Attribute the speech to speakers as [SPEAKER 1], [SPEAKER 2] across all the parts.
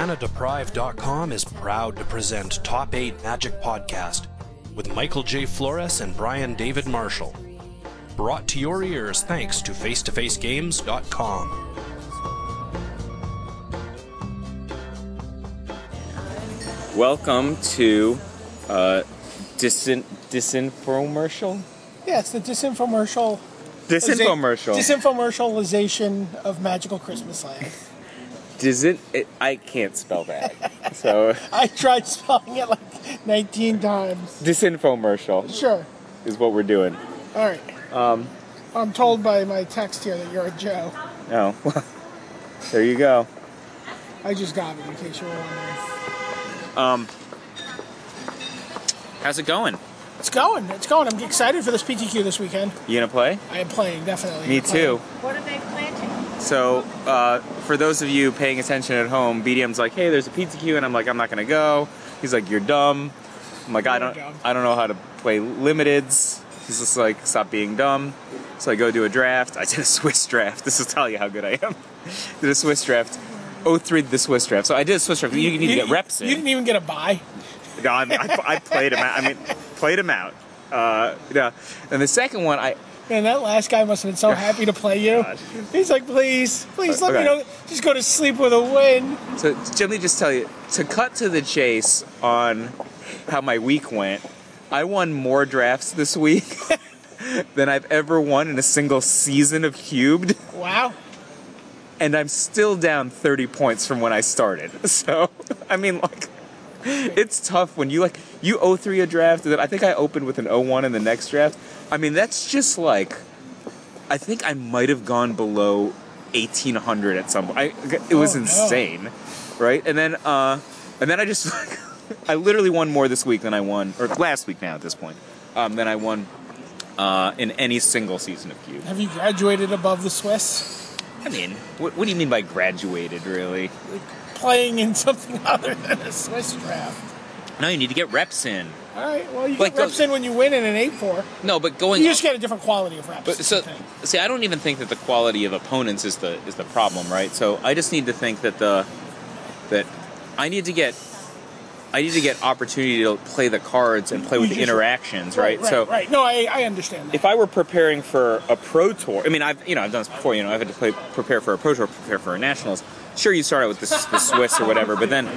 [SPEAKER 1] ManaDeprived.com is proud to present Top 8 Magic Podcast with Michael J. Flores and Brian David Marshall. Brought to your ears thanks to FaceToFaceGames.com.
[SPEAKER 2] Welcome to uh, disin- disinfomercial.
[SPEAKER 3] Yes, the disinfomercial.
[SPEAKER 2] Disinfomercial.
[SPEAKER 3] Disinfomercialization of magical Christmas land.
[SPEAKER 2] Disin- it, I can't spell that. so
[SPEAKER 3] I tried spelling it like 19 times.
[SPEAKER 2] disinfomercial
[SPEAKER 3] Sure.
[SPEAKER 2] is what we're doing.
[SPEAKER 3] All right. Um, I'm told by my text here that you're a Joe.
[SPEAKER 2] Oh, well, there you go.
[SPEAKER 3] I just got it in case you were wondering.
[SPEAKER 2] How's it going?
[SPEAKER 3] It's going. It's going. I'm excited for this PTQ this weekend.
[SPEAKER 2] You gonna play?
[SPEAKER 3] I am playing, definitely.
[SPEAKER 2] Me
[SPEAKER 3] I'm playing.
[SPEAKER 2] too.
[SPEAKER 4] What are they planting?
[SPEAKER 2] So, uh, for those of you paying attention at home, BDM's like, "Hey, there's a pizza queue," and I'm like, "I'm not gonna go." He's like, "You're dumb." I'm like, "I
[SPEAKER 3] You're
[SPEAKER 2] don't,
[SPEAKER 3] dumb.
[SPEAKER 2] I don't know how to play limiteds." He's just like, "Stop being dumb." So I go do a draft. I did a Swiss draft. This will tell you how good I am. did a Swiss draft. Oh, three the Swiss draft. So I did a Swiss draft. You need to get reps in.
[SPEAKER 3] You didn't even get a buy.
[SPEAKER 2] No, I, mean, I, I played him out. I mean, played him out. Uh, yeah. And the second one, I
[SPEAKER 3] Man, that last guy must have been
[SPEAKER 2] Oh,
[SPEAKER 3] so happy to play you.
[SPEAKER 2] God.
[SPEAKER 3] He's like, please, please let
[SPEAKER 2] Uh, Okay.
[SPEAKER 3] me know. Just go to sleep with a win.
[SPEAKER 2] So let me just tell you to cut to the chase on how my week went. I won more drafts this week than I've ever won in a single season of Cubed,
[SPEAKER 3] Wow.
[SPEAKER 2] and I'm still down 30 points from when I started. So I mean, like, it's tough when you like you 03 a draft. and then I think I opened with an 01 in the next draft. I mean, that's just like I think I might have gone below 1800 at some point. I, it was
[SPEAKER 3] Oh, no.
[SPEAKER 2] insane, right? And then, uh, and then I just, like, I literally won more this week than I won, or last week now at this point, um, than I won uh, in any single season of Cube.
[SPEAKER 3] Have you graduated above the Swiss?
[SPEAKER 2] I mean, what, what do you mean by graduated, really?
[SPEAKER 3] Playing in something other than a Swiss draft.
[SPEAKER 2] No, you need to get reps in.
[SPEAKER 3] All right. Well, you
[SPEAKER 2] Like
[SPEAKER 3] get reps
[SPEAKER 2] those-
[SPEAKER 3] in when you win in an eight four.
[SPEAKER 2] No, but going.
[SPEAKER 3] You just get a different quality of reps.
[SPEAKER 2] But
[SPEAKER 3] is
[SPEAKER 2] so,
[SPEAKER 3] the thing.
[SPEAKER 2] see, I don't even think that the quality of opponents is the is the problem, right? So I just need to think that the that I need to get I need to get opportunity to play the cards and play with
[SPEAKER 3] You
[SPEAKER 2] the
[SPEAKER 3] just-
[SPEAKER 2] interactions, right?
[SPEAKER 3] right.
[SPEAKER 2] so
[SPEAKER 3] right. No, I, I understand that.
[SPEAKER 2] if I were preparing for a pro tour, I mean, I've you know I've done this before. You know, I've had to play, prepare for a pro tour, prepare for a nationals. Sure, you start out with the, the Swiss or whatever, but then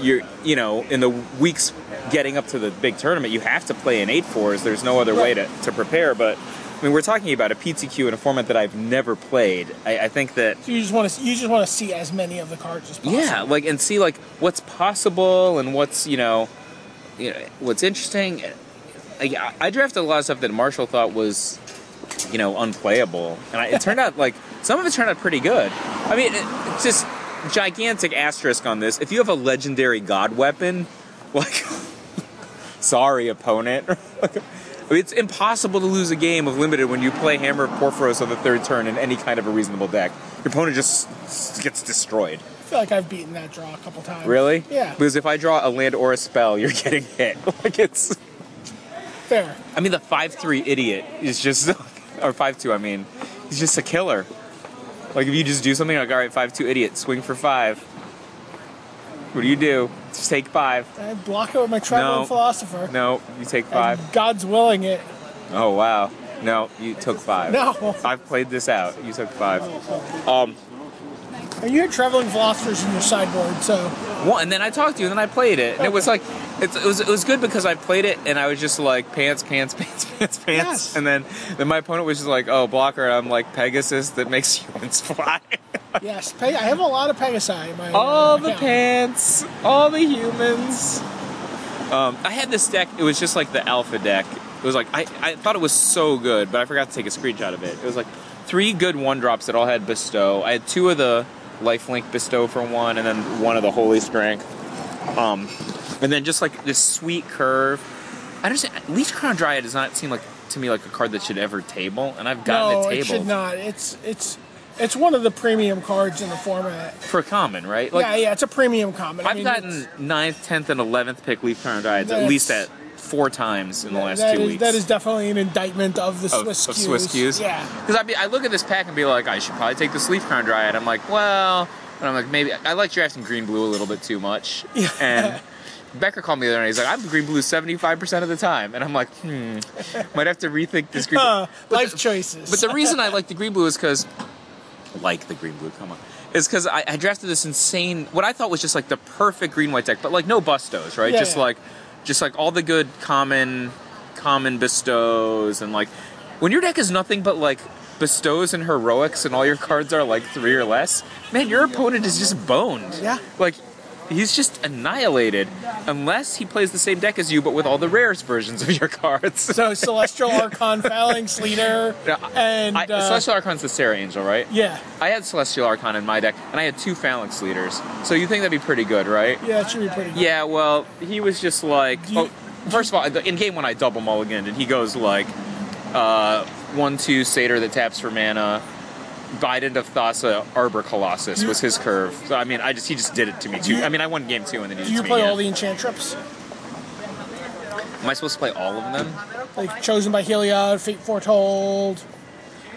[SPEAKER 2] you're you know in the weeks getting up to the big tournament, you have to play in eight fours. There's no other way to, to prepare. But I mean, we're talking about a PTQ in a format that I've never played. I, I think that
[SPEAKER 3] so you just want to you just want to see as many of the cards as possible.
[SPEAKER 2] yeah, like and see like what's possible and what's you know, you know what's interesting. Like, I, I drafted a lot of stuff that Marshall thought was, you know, unplayable, and I, it turned out like some of it turned out pretty good. I mean, it, it's just gigantic asterisk on this. If you have a legendary god weapon, like, sorry opponent. It's impossible to lose a game of limited when you play Hammer of Porphyros on the third turn in any kind of a reasonable deck. Your opponent just s- gets destroyed.
[SPEAKER 3] I feel like I've beaten that draw a couple times.
[SPEAKER 2] Really?
[SPEAKER 3] Yeah.
[SPEAKER 2] Because if I draw a land or a spell, you're getting hit. Like it's.
[SPEAKER 3] Fair.
[SPEAKER 2] I mean, the five three idiot is just, or five two. I mean, he's just a killer. Like if you just do something like, all right, five two idiot, swing for five. What do you do? Just take five.
[SPEAKER 3] I block it with my traveling
[SPEAKER 2] No.
[SPEAKER 3] philosopher.
[SPEAKER 2] No, you take five.
[SPEAKER 3] And God's willing it.
[SPEAKER 2] Oh wow. No, you took five.
[SPEAKER 3] No.
[SPEAKER 2] I've played this out. You took five. Um,
[SPEAKER 3] And you had traveling philosophers in your sideboard, so
[SPEAKER 2] Well, and then I talked to you, and then I played it, and it was like, it's, it was it was good because I played it, and I was just like pants, pants, pants, pants, pants,
[SPEAKER 3] Yes.
[SPEAKER 2] and then then my opponent was just like, oh blocker, and I'm like Pegasus that makes humans fly.
[SPEAKER 3] yes, Pe- I have a lot of Pegasi in my
[SPEAKER 2] all
[SPEAKER 3] in
[SPEAKER 2] the
[SPEAKER 3] my account.
[SPEAKER 2] pants, all the humans. Um, I had this deck. It was just like the alpha deck. It was like I, I thought it was so good, but I forgot to take a screenshot of it. It was like three good one drops that all had bestow. I had two of the lifelink bestow for one, and then one of the holy strength. Um, and then just like this sweet curve. I understand. Leech Crown Dryad does not seem like to me like a card that should ever table, and I've gotten
[SPEAKER 3] no,
[SPEAKER 2] a table
[SPEAKER 3] it should not. It's it's it's one of the premium cards in the format.
[SPEAKER 2] for common, right? Like
[SPEAKER 3] yeah, yeah, it's a premium common. I
[SPEAKER 2] I've
[SPEAKER 3] mean,
[SPEAKER 2] gotten
[SPEAKER 3] it's-
[SPEAKER 2] ninth, tenth, and eleventh pick Leaf Crown Guides at
[SPEAKER 3] That's-
[SPEAKER 2] least at four times in the last
[SPEAKER 3] that
[SPEAKER 2] two
[SPEAKER 3] is-
[SPEAKER 2] weeks.
[SPEAKER 3] That is definitely an indictment of the
[SPEAKER 2] of,
[SPEAKER 3] Swiss
[SPEAKER 2] of
[SPEAKER 3] cues.
[SPEAKER 2] Swiss cues.
[SPEAKER 3] Yeah,
[SPEAKER 2] Because I, be, I look at this pack and be like, I should probably take this Leaf Crown Dryad. I'm like, well, And I'm like, maybe I like drafting green blue a little bit too much.
[SPEAKER 3] Yeah.
[SPEAKER 2] And Becker called me the other night. He's like, I'm green blue 75% of the time. And I'm like, hmm, might have to rethink this green blue.
[SPEAKER 3] Uh, life choices.
[SPEAKER 2] But the reason I like the green blue is because, like the green blue, come on, is because I, I drafted this insane, what I thought was just like the perfect green white deck, but like no bustos, right?
[SPEAKER 3] Yeah,
[SPEAKER 2] just
[SPEAKER 3] yeah.
[SPEAKER 2] like, just like all the good common, common bestows and like, when your deck is nothing but like bestows and heroics and all your cards are like three or less, man, your opponent is just boned.
[SPEAKER 3] Yeah.
[SPEAKER 2] Like. He's just annihilated unless he plays the same deck as you, but with all the rarest versions of your cards.
[SPEAKER 3] so celestial archon, phalanx leader,
[SPEAKER 2] Yeah, I-
[SPEAKER 3] and
[SPEAKER 2] I,
[SPEAKER 3] uh,
[SPEAKER 2] Celestial Archon's the Sarah Angel, right?
[SPEAKER 3] yeah,
[SPEAKER 2] I had Celestial Archon in my deck, and I had two Phalanx leaders. So you think that'd be pretty good, right?
[SPEAKER 3] yeah, it should be pretty. Good.
[SPEAKER 2] Yeah, well, he was just like.
[SPEAKER 3] You-
[SPEAKER 2] oh, first of all, in game one, I double mulligan, and he goes like uh, 1 2 Satyr that taps for mana. Biden of Thassa Arbor Colossus was his curve. So I mean, I just he just did it to me too. I mean, I won game two and then he
[SPEAKER 3] Do
[SPEAKER 2] did it
[SPEAKER 3] you
[SPEAKER 2] to me
[SPEAKER 3] play
[SPEAKER 2] again.
[SPEAKER 3] all the enchant trips?
[SPEAKER 2] Am I supposed to play all of them?
[SPEAKER 3] Like chosen by Heliod, Fate Foretold.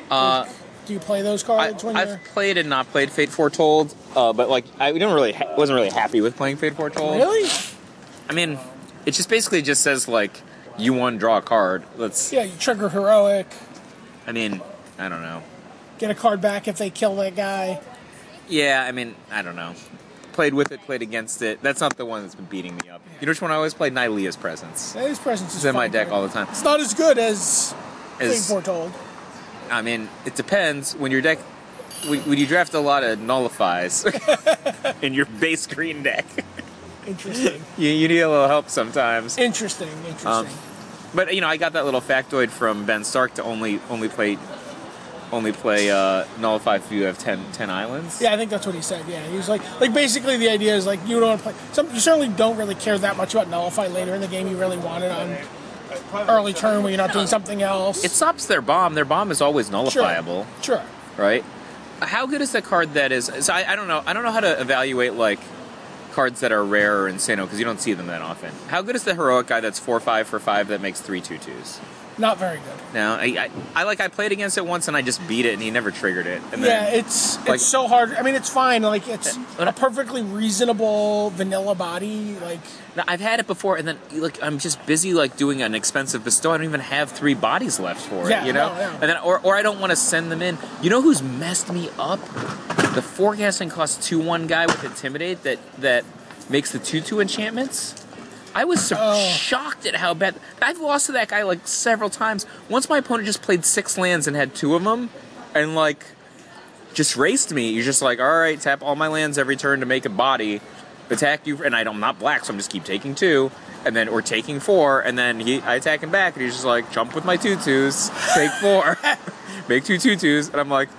[SPEAKER 2] Uh,
[SPEAKER 3] Do you play those
[SPEAKER 2] I,
[SPEAKER 3] cards when you're?
[SPEAKER 2] I've played and not played Fate Foretold, uh, but like I didn't really ha- wasn't really happy with playing Fate Foretold.
[SPEAKER 3] Really?
[SPEAKER 2] I mean, it just basically just says like you won, draw a card. Let's.
[SPEAKER 3] Yeah, you trigger heroic,
[SPEAKER 2] I mean, I don't know.
[SPEAKER 3] get a card back if they kill that guy.
[SPEAKER 2] Yeah, I mean, I don't know. Played with it, played against it. That's not the one that's been beating me up. You know which one I always play? Nylea's Presence.
[SPEAKER 3] Yeah, His presence is
[SPEAKER 2] It's in my
[SPEAKER 3] fun,
[SPEAKER 2] deck
[SPEAKER 3] but
[SPEAKER 2] all the time.
[SPEAKER 3] It's not as good as Fate
[SPEAKER 2] Is-
[SPEAKER 3] Foretold.
[SPEAKER 2] I mean, it depends when your deck. When, when you draft a lot of nullifies in your base green deck,
[SPEAKER 3] Interesting.
[SPEAKER 2] you, you need a little help sometimes.
[SPEAKER 3] interesting. Interesting.
[SPEAKER 2] Um, But you know, I got that little factoid from Ben Stark to only only play only play uh, nullify if you have 10, 10 islands.
[SPEAKER 3] yeah, I think that's what he said. Yeah, he was like, like basically the idea is like you don't play. Some you certainly don't really care that much about nullify later in the game. You really want it on early turn where you're not doing something else.
[SPEAKER 2] It stops their bomb. Their bomb is always nullifiable,
[SPEAKER 3] Sure.
[SPEAKER 2] right? How good is that card that is? So I, I don't know. I don't know how to evaluate like cards that are rare or insano because you don't see them that often. How good is the heroic guy that's four five for five that makes three two twos?
[SPEAKER 3] Not very good.
[SPEAKER 2] Now I, I, I like I played against it once and I just beat it and he never triggered it. And
[SPEAKER 3] Yeah,
[SPEAKER 2] then,
[SPEAKER 3] it's
[SPEAKER 2] like-
[SPEAKER 3] it's so hard. I mean, it's fine. Like it's
[SPEAKER 2] When
[SPEAKER 3] a perfectly reasonable vanilla body. Like
[SPEAKER 2] No, I've had it before, and then like I'm just busy like doing an expensive bestow. I don't even have three bodies left for
[SPEAKER 3] Yeah,
[SPEAKER 2] it, you know.
[SPEAKER 3] no, no.
[SPEAKER 2] And then or, or I don't want to send them in. You know who's messed me up? The forecasting cost two one guy with intimidate that that makes the two two enchantments. I was so
[SPEAKER 3] Oh.
[SPEAKER 2] shocked at how bad I've lost to that guy like several times. Once my opponent just played six lands and had two of them, and like just raced me. You're just like, all right, tap all my lands every turn to make a body, attack you, and I don't- I'm not black, so I'm just keep taking two, and then or taking four, and then he I attack him back, and he's just like, jump with my two twos, take four, make two two twos, and I'm like.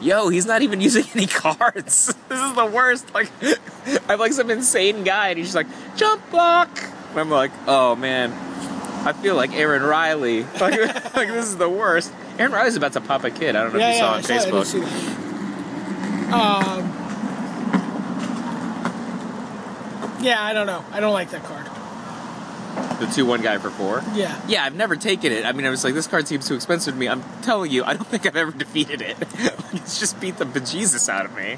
[SPEAKER 2] Yo, he's not even using any cards. This is the worst. Like, I'm like some insane guy, and he's just like, jump block. And I'm like, oh man, I feel like Aaron Riley. Like, like this is the worst. Aaron Riley's about to pop a kid. I don't know
[SPEAKER 3] yeah,
[SPEAKER 2] if you
[SPEAKER 3] yeah.
[SPEAKER 2] saw
[SPEAKER 3] I
[SPEAKER 2] on
[SPEAKER 3] saw it. I did
[SPEAKER 2] Facebook.
[SPEAKER 3] see that. Um, yeah, I don't know. I don't like that card.
[SPEAKER 2] the two one guy for four.
[SPEAKER 3] Yeah.
[SPEAKER 2] Yeah, I've never taken it. I mean, I was like, this card seems too expensive to me. I'm telling you, I don't think I've ever defeated it. it's just beat the bejesus out of me.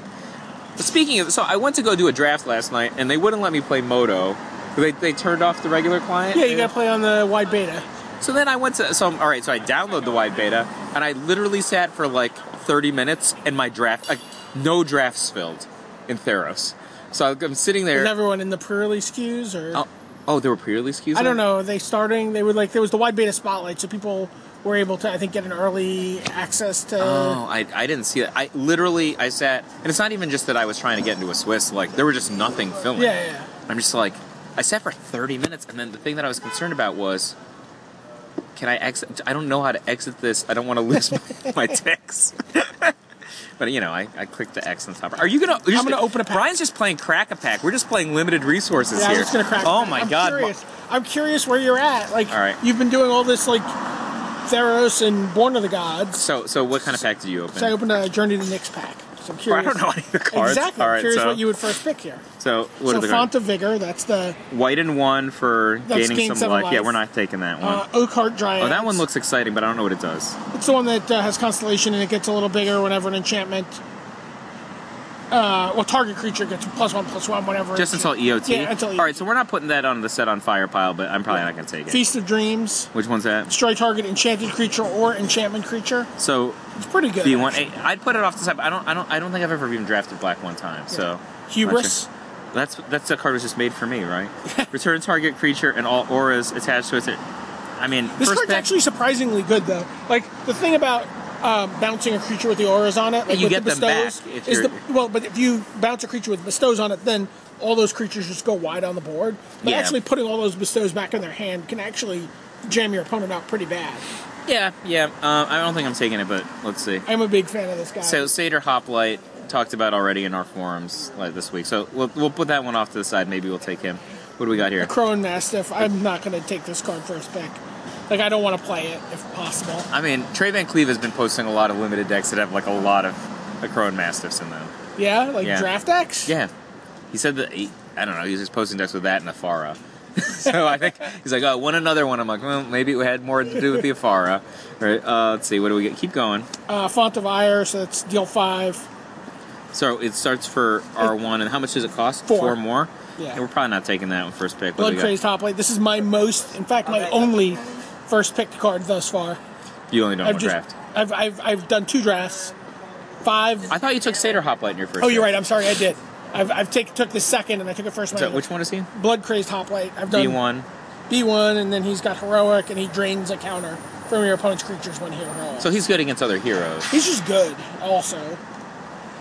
[SPEAKER 2] But speaking of, so I went to go do a draft last night, and they wouldn't let me play Moto. They, they turned off the regular client.
[SPEAKER 3] Yeah, you gotta play on the wide beta.
[SPEAKER 2] So then I went to so I'm, all right. So I download the wide beta, and I literally sat for like 30 minutes, and my draft, like, no drafts filled in Theros. So I'm sitting there.
[SPEAKER 3] Is everyone in the pre-release queues or?
[SPEAKER 2] oh, oh, there were pre-release queues.
[SPEAKER 3] I don't
[SPEAKER 2] on?
[SPEAKER 3] know. Are they starting? They were like there was the wide beta spotlight, so people were able to I think get an early access to.
[SPEAKER 2] Oh, I, I didn't see that. I literally I sat, and it's not even just that I was trying to get into a Swiss. Like there were just nothing filming.
[SPEAKER 3] Yeah, yeah, yeah.
[SPEAKER 2] I'm just like, I sat for 30 minutes, and then the thing that I was concerned about was, can I exit? I don't know how to exit this. I don't want to lose my, my ticks. But you know, I, I clicked the X on top. Are you gonna? You're
[SPEAKER 3] I'm gonna open a pack.
[SPEAKER 2] Brian's just playing crack a pack. We're just playing limited resources
[SPEAKER 3] Yeah,
[SPEAKER 2] here.
[SPEAKER 3] I'm just gonna crack.
[SPEAKER 2] Oh my
[SPEAKER 3] I'm
[SPEAKER 2] god!
[SPEAKER 3] Curious. I'm curious where you're at. Like,
[SPEAKER 2] All right.
[SPEAKER 3] you've been doing all this like Theros and Born of the Gods.
[SPEAKER 2] So so what kind of pack did you open?
[SPEAKER 3] So I opened a Journey to Nyx pack. So
[SPEAKER 2] Well, I
[SPEAKER 3] I'm curious.
[SPEAKER 2] don't know any of the cards.
[SPEAKER 3] Exactly.
[SPEAKER 2] All
[SPEAKER 3] I'm
[SPEAKER 2] right,
[SPEAKER 3] curious
[SPEAKER 2] so,
[SPEAKER 3] what you would first pick here.
[SPEAKER 2] so what
[SPEAKER 3] so
[SPEAKER 2] are the
[SPEAKER 3] Font of Vigor. That's the
[SPEAKER 2] White and one for
[SPEAKER 3] That's
[SPEAKER 2] gaining
[SPEAKER 3] gain
[SPEAKER 2] some
[SPEAKER 3] seven
[SPEAKER 2] life. Yeah,
[SPEAKER 3] life.
[SPEAKER 2] we're not taking that one.
[SPEAKER 3] uh, Oakhart Dryad.
[SPEAKER 2] oh, that one looks exciting, but I don't know what it does.
[SPEAKER 3] It's the one that uh, has constellation and it gets a little bigger whenever an enchantment uh, well, target creature gets plus one, plus one, whatever.
[SPEAKER 2] Just until EOT.
[SPEAKER 3] Yeah, until E EOT.
[SPEAKER 2] All right, so we're not putting that on the set on fire pile, but I'm probably not going to take it.
[SPEAKER 3] Feast of Dreams,
[SPEAKER 2] Which one's that?
[SPEAKER 3] destroy target enchanted creature or enchantment creature.
[SPEAKER 2] So
[SPEAKER 3] It's pretty good.
[SPEAKER 2] do you want?
[SPEAKER 3] actually.
[SPEAKER 2] I- I'd put it off the side. But I don't. I don't. I don't think I've ever even drafted black one time. So
[SPEAKER 3] Hubris.
[SPEAKER 2] Not sure. That's that's the card was just made for me, right? Return target creature and all auras attached to it. I mean,
[SPEAKER 3] This
[SPEAKER 2] first
[SPEAKER 3] card's
[SPEAKER 2] pick,
[SPEAKER 3] actually surprisingly good though. Like the thing about um, bouncing a creature with the auras on it, like
[SPEAKER 2] You
[SPEAKER 3] with
[SPEAKER 2] get
[SPEAKER 3] the
[SPEAKER 2] them back
[SPEAKER 3] bestows,
[SPEAKER 2] if
[SPEAKER 3] is
[SPEAKER 2] you're-
[SPEAKER 3] the well, but if you bounce a creature with bestows on it, then all those creatures just go wide on the board. But
[SPEAKER 2] Yeah.
[SPEAKER 3] actually, putting all those bestows back in their hand can actually jam your opponent out pretty bad.
[SPEAKER 2] Yeah, yeah. Um, I don't think I'm taking it, but let's see.
[SPEAKER 3] I'm a big fan of this guy.
[SPEAKER 2] So Seder Hoplite talked about already in our forums like this week. So we'll, we'll put that one off to the side. Maybe we'll take him. What do we got here?
[SPEAKER 3] Crow and Mastiff. I'm not going to take this card first pick. Like I don't want to play it if possible.
[SPEAKER 2] I mean, Trey Van Cleve has been posting a lot of limited decks that have like a lot of a Crow and Mastiffs in them.
[SPEAKER 3] Yeah, like
[SPEAKER 2] Yeah.
[SPEAKER 3] draft X.
[SPEAKER 2] Yeah, he said that. He, I don't know. He was just posting decks with that and Afara. so I think he's like, oh, one another one. I'm like, well, maybe it had more to do with the Afara, right? Uh, let's see. What do we get? Keep going.
[SPEAKER 3] Uh, Font of Ire. So that's deal five.
[SPEAKER 2] So it starts for R one, and how much does it cost?
[SPEAKER 3] Four.
[SPEAKER 2] Four more.
[SPEAKER 3] Yeah.
[SPEAKER 2] we're probably not taking that one first pick. What do
[SPEAKER 3] Blood
[SPEAKER 2] we got?
[SPEAKER 3] Crazed Hoplite. This is my most, in fact, my only first picked card thus far.
[SPEAKER 2] You only don't
[SPEAKER 3] I've
[SPEAKER 2] want
[SPEAKER 3] just,
[SPEAKER 2] draft.
[SPEAKER 3] I've, I've, I've done two drafts. Five.
[SPEAKER 2] I thought you took Seder Hoplite in your first.
[SPEAKER 3] Oh, you're
[SPEAKER 2] pick.
[SPEAKER 3] right. I'm sorry. I did. I've, I've take, took the second and I took a first
[SPEAKER 2] So
[SPEAKER 3] one.
[SPEAKER 2] which one is he?
[SPEAKER 3] Blood Crazed Hoplite. I've done
[SPEAKER 2] D one.
[SPEAKER 3] B1, and then he's got Heroic, and he drains a counter from your opponent's creatures when he heroic.
[SPEAKER 2] So he's good against other heroes.
[SPEAKER 3] he's just good, also.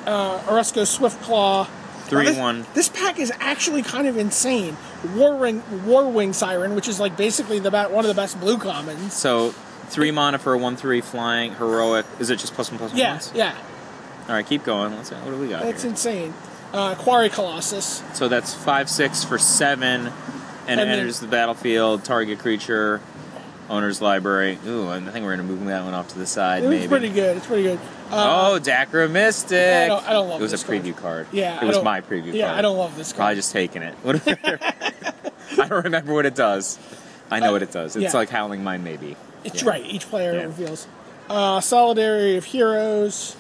[SPEAKER 3] Uh, Oresco Swift Claw.
[SPEAKER 2] Three,
[SPEAKER 3] Now, this-
[SPEAKER 2] one.
[SPEAKER 3] This pack is actually kind of insane. Warwing, Warwing Siren, which is like basically the ba- one of the best blue commons.
[SPEAKER 2] So three mana for a one three flying heroic. Is it just plus one plus one?
[SPEAKER 3] Yeah,
[SPEAKER 2] ones?
[SPEAKER 3] yeah,
[SPEAKER 2] All right, keep going. Let's see. What do we got?
[SPEAKER 3] that's
[SPEAKER 2] here?
[SPEAKER 3] insane. Uh, Quarry Colossus,
[SPEAKER 2] So that's five six for seven, and,
[SPEAKER 3] And
[SPEAKER 2] it
[SPEAKER 3] then-
[SPEAKER 2] enters the battlefield. Target creature, owner's library. Ooh, I think we're gonna move that one off to the side.
[SPEAKER 3] it was
[SPEAKER 2] maybe.
[SPEAKER 3] pretty good. It's pretty good. Uh,
[SPEAKER 2] oh, Dacra Mystic.
[SPEAKER 3] I don't- I don't love
[SPEAKER 2] It was
[SPEAKER 3] this
[SPEAKER 2] a
[SPEAKER 3] card.
[SPEAKER 2] preview card.
[SPEAKER 3] Yeah,
[SPEAKER 2] it
[SPEAKER 3] I
[SPEAKER 2] was
[SPEAKER 3] don't-
[SPEAKER 2] my preview.
[SPEAKER 3] yeah,
[SPEAKER 2] card.
[SPEAKER 3] I don't love this
[SPEAKER 2] Probably
[SPEAKER 3] card.
[SPEAKER 2] just taking it. What I don't remember what it does. I know what it does. It's
[SPEAKER 3] yeah.
[SPEAKER 2] like Howling Mine, maybe.
[SPEAKER 3] it's
[SPEAKER 2] Yeah.
[SPEAKER 3] right. Each player
[SPEAKER 2] Yeah.
[SPEAKER 3] reveals. Uh, Solidarity of Heroes.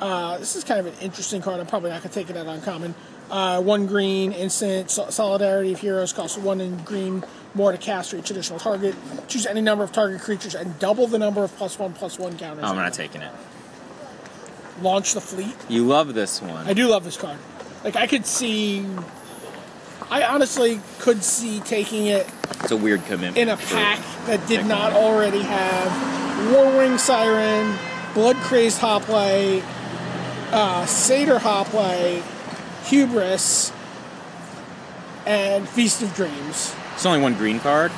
[SPEAKER 3] Uh, this is kind of an interesting card. I'm probably not going to take it out on common. Uh, one green instant Sol- Solidarity of Heroes costs one in green more to cast for each additional target. Choose any number of target creatures and double the number of plus one plus one counters.
[SPEAKER 2] I'm
[SPEAKER 3] on
[SPEAKER 2] not
[SPEAKER 3] them.
[SPEAKER 2] taking it.
[SPEAKER 3] Launch the fleet.
[SPEAKER 2] You love this one.
[SPEAKER 3] I do love this card. Like I could see, I honestly could see taking it
[SPEAKER 2] It's a weird commitment.
[SPEAKER 3] in a
[SPEAKER 2] for-
[SPEAKER 3] pack that did not already have Warwing Siren, Blood Crazed Hoplite, uh, Seder Hoplite, Hubris, and Feast of Dreams.
[SPEAKER 2] It's only one green card.